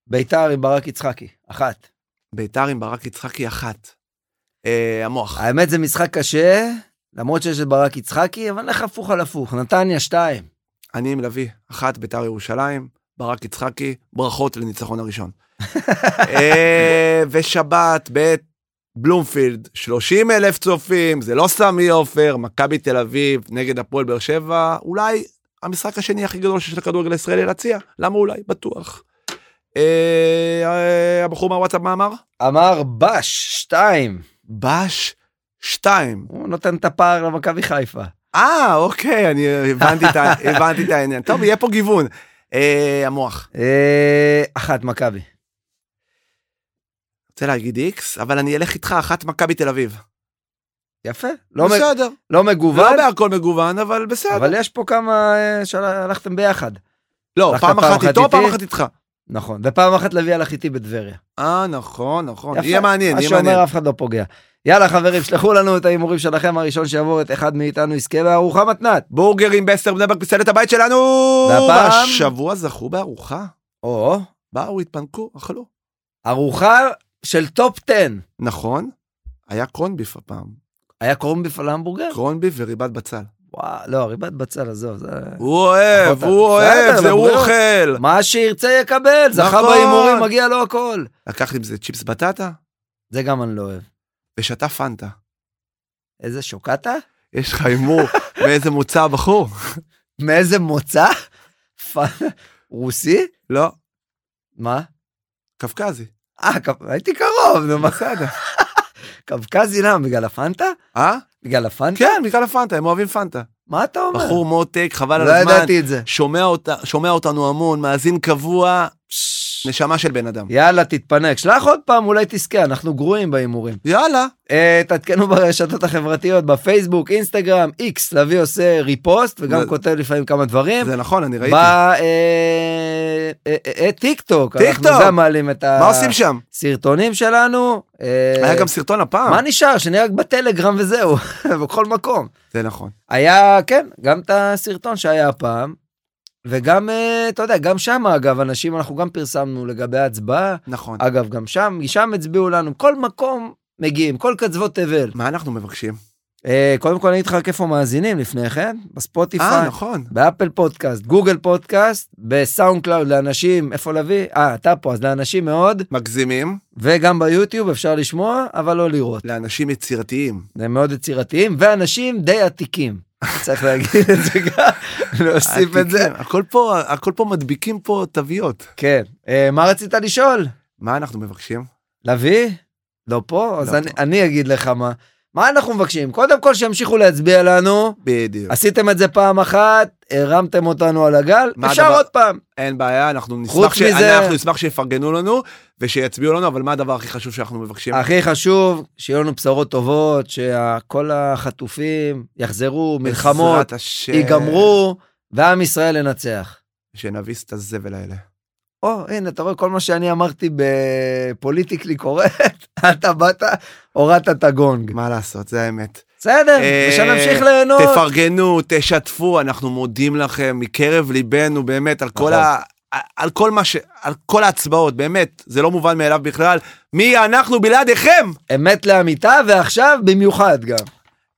B: ביתר עם ברק יצחקי, אחת.
A: ביתר עם ברק יצחקי אחת. אה, המוח.
B: האמת זה משחק קשה, למרות שיש את ברק יצחקי, אבל לך הפוך על הפוך. נתניה, שתיים.
A: אני עם לביא, אחת ביתר ירושלים, ברק יצחקי, ברכות לניצחון הראשון. אה, ושבת בבלומפילד, 30 אלף צופים, זה לא סמי עופר, מכבי תל אביב נגד הפועל באר שבע, אולי המשחק השני הכי גדול שיש לכדורגל הישראלי להציע, למה אולי? בטוח. אה, אה, הבחור מהוואטסאפ מה אמר?
B: אמר בש, שתיים.
A: בש 2.
B: הוא נותן את הפער למכבי חיפה.
A: אה, אוקיי, אני הבנתי את, ה- הבנתי את העניין. טוב, יהיה פה גיוון. אה, המוח.
B: אה, אחת מכבי.
A: רוצה להגיד איקס, אבל אני אלך איתך אחת מכבי תל אביב.
B: יפה. לא, מג...
A: בסדר.
B: לא
A: לא
B: מגוון,
A: בהכל מגוון, אבל בסדר.
B: אבל יש פה כמה אה, שהלכתם ביחד.
A: לא,
B: הלכת
A: פעם
B: פעם
A: אחת
B: אחת
A: איתו, פעם
B: איתי?
A: אחת איתך.
B: נכון. ופעם אחת לוי הלך איתי בטבריה.
A: אה, נכון, נכון.
B: יפה.
A: יהיה מעניין,
B: מה
A: יהיה מעניין.
B: שאומר אף אחד לא פוגע. יאללה חברים, שלחו לנו את ההימורים שלכם, הראשון שיעבור את אחד מאיתנו יזכה בארוחה מתנת.
A: בורגרים בסטר בני ברק מסעדת הבית שלנו!
B: והפעם?
A: השבוע זכו בארוחה.
B: או,
A: באו, התפנקו, אכלו.
B: ארוחה של טופ 10.
A: נכון, היה קרונביף הפעם.
B: היה קורנביף על המבורגר?
A: קרונביף וריבת בצל.
B: וואו, לא, ריבת בצל, עזוב. זה...
A: הוא אוהב,
B: נכון,
A: הוא אוהב,
B: בסדר,
A: זה הוא
B: לבריאות.
A: אוכל.
B: מה שירצה יקבל, זכה
A: נכון.
B: בהימורים, מגיע לו הכל.
A: לקח עם זה צ'יפס בטטה
B: זה גם אני לא אוהב.
A: ושתה פנטה.
B: איזה שוקטה?
A: יש לך הימור מאיזה מוצא הבחור?
B: מאיזה מוצא? פ- רוסי?
A: לא,
B: מה?
A: קפקזי.
B: אה, קפ- הייתי קרוב, נו מה?
A: בסדר.
B: קווקזי למה? בגלל הפנטה?
A: אה?
B: בגלל הפנטה?
A: כן, בגלל הפנטה, הם אוהבים פנטה.
B: מה אתה אומר?
A: בחור מותק, חבל על
B: לא
A: הזמן.
B: ידעתי את זה.
A: שומע אותה- שומע אותנו המון, מאזין קבוע, נשמה של בן אדם.
B: יאללה, תתפנק. שלח עוד פעם, אולי תזכה, אנחנו גרועים בהימורים.
A: יאללה.
B: אה, תעדכנו ברשתות החברתיות, בפייסבוק, אינסטגרם, איקס, לביא עושה ריפוסט, וגם
A: זה-
B: כותב לפעמים כמה דברים.
A: זה נכון, אני ראיתי.
B: אה, בטיק טוק,
A: טיק
B: אה, אנחנו
A: טוק.
B: גם מעלים את
A: מה עושים שם?
B: הסרטונים שלנו. אה,
A: היה גם סרטון הפעם.
B: מה נשאר? שנהיה רק בטלגרם וזהו, בכל מקום.
A: זה נכון.
B: היה, כן, גם את הסרטון שהיה הפעם, וגם, אה, אתה יודע, גם שם, אגב, אנשים, אנחנו גם פרסמנו לגבי ההצבעה,
A: נכון.
B: אגב, גם שם, שם הצביעו לנו, כל מקום מגיעים, כל קצוות תבל.
A: מה אנחנו מבקשים?
B: אה, קודם כל, אני אגיד לך רק איפה מאזינים לפני כן, בספוטיפיי,
A: אה, נכון.
B: באפל פודקאסט, גוגל פודקאסט, בסאונד קלאוד לאנשים, איפה להביא? אה, אתה פה, אז לאנשים מאוד,
A: מגזימים
B: וגם ביוטיוב אפשר לשמוע, אבל לא לראות.
A: לאנשים יצירתיים.
B: הם מאוד יצירתיים, ואנשים די עתיקים. צריך להגיד את זה גם, להוסיף את זה.
A: עתיקים. אה, כן, הכל פה, הכל פה מדביקים פה תוויות.
B: כן. אה, מה רצית לשאול?
A: מה אנחנו מבקשים?
B: לביא? לא פה? אז
A: לא
B: אני- אני אגיד לך מה. מה אנחנו מבקשים? קודם כל שימשיכו להצביע לנו.
A: בדיוק.
B: עשיתם את זה פעם אחת, הרמתם אותנו על הגל,
A: מה
B: אפשר
A: הדבר-
B: עוד פעם.
A: אין בעיה, אנחנו נשמח,
B: חוץ
A: ש...
B: מזה-
A: אנחנו נשמח שיפרגנו לנו ושיצביעו לנו, אבל מה הדבר הכי חשוב שאנחנו מבקשים?
B: הכי חשוב, שיהיו לנו בשורות טובות, שכל החטופים יחזרו, מלחמות
A: בעזרת השם,
B: ייגמרו, ועם ישראל ינצח.
A: שנביס את הזבל האלה.
B: או, הנה, אתה רואה כל מה שאני אמרתי בפוליטיקלי קורקט, אתה באת, הורדת את הגונג.
A: מה לעשות, זה האמת.
B: בסדר,
A: אה,
B: ושנמשיך ליהנות.
A: תפרגנו, תשתפו, אנחנו מודים לכם מקרב ליבנו, באמת, על כל
B: נכון.
A: ה... על כל מה ש... על כל ההצבעות, באמת, זה לא מובן מאליו בכלל. מי אנחנו בלעדיכם?
B: אמת לאמיתה, ועכשיו במיוחד גם.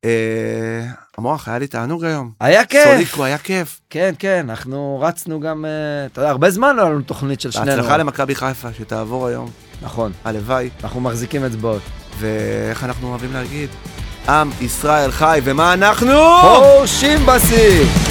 A: אה, המוח, היה לי תענוג היום.
B: היה כיף.
A: סוליקו, היה כיף.
B: כן, כן, אנחנו רצנו גם, אה, אתה יודע, הרבה זמן לא היה לנו תוכנית של שנינו.
A: בהצלחה למכבי חיפה, שתעבור היום,
B: נכון,
A: הלוואי.
B: אנחנו מחזיקים אצבעות.
A: ואיך אנחנו אוהבים להגיד? עם ישראל חי, ומה אנחנו?
B: חורשים בשיא!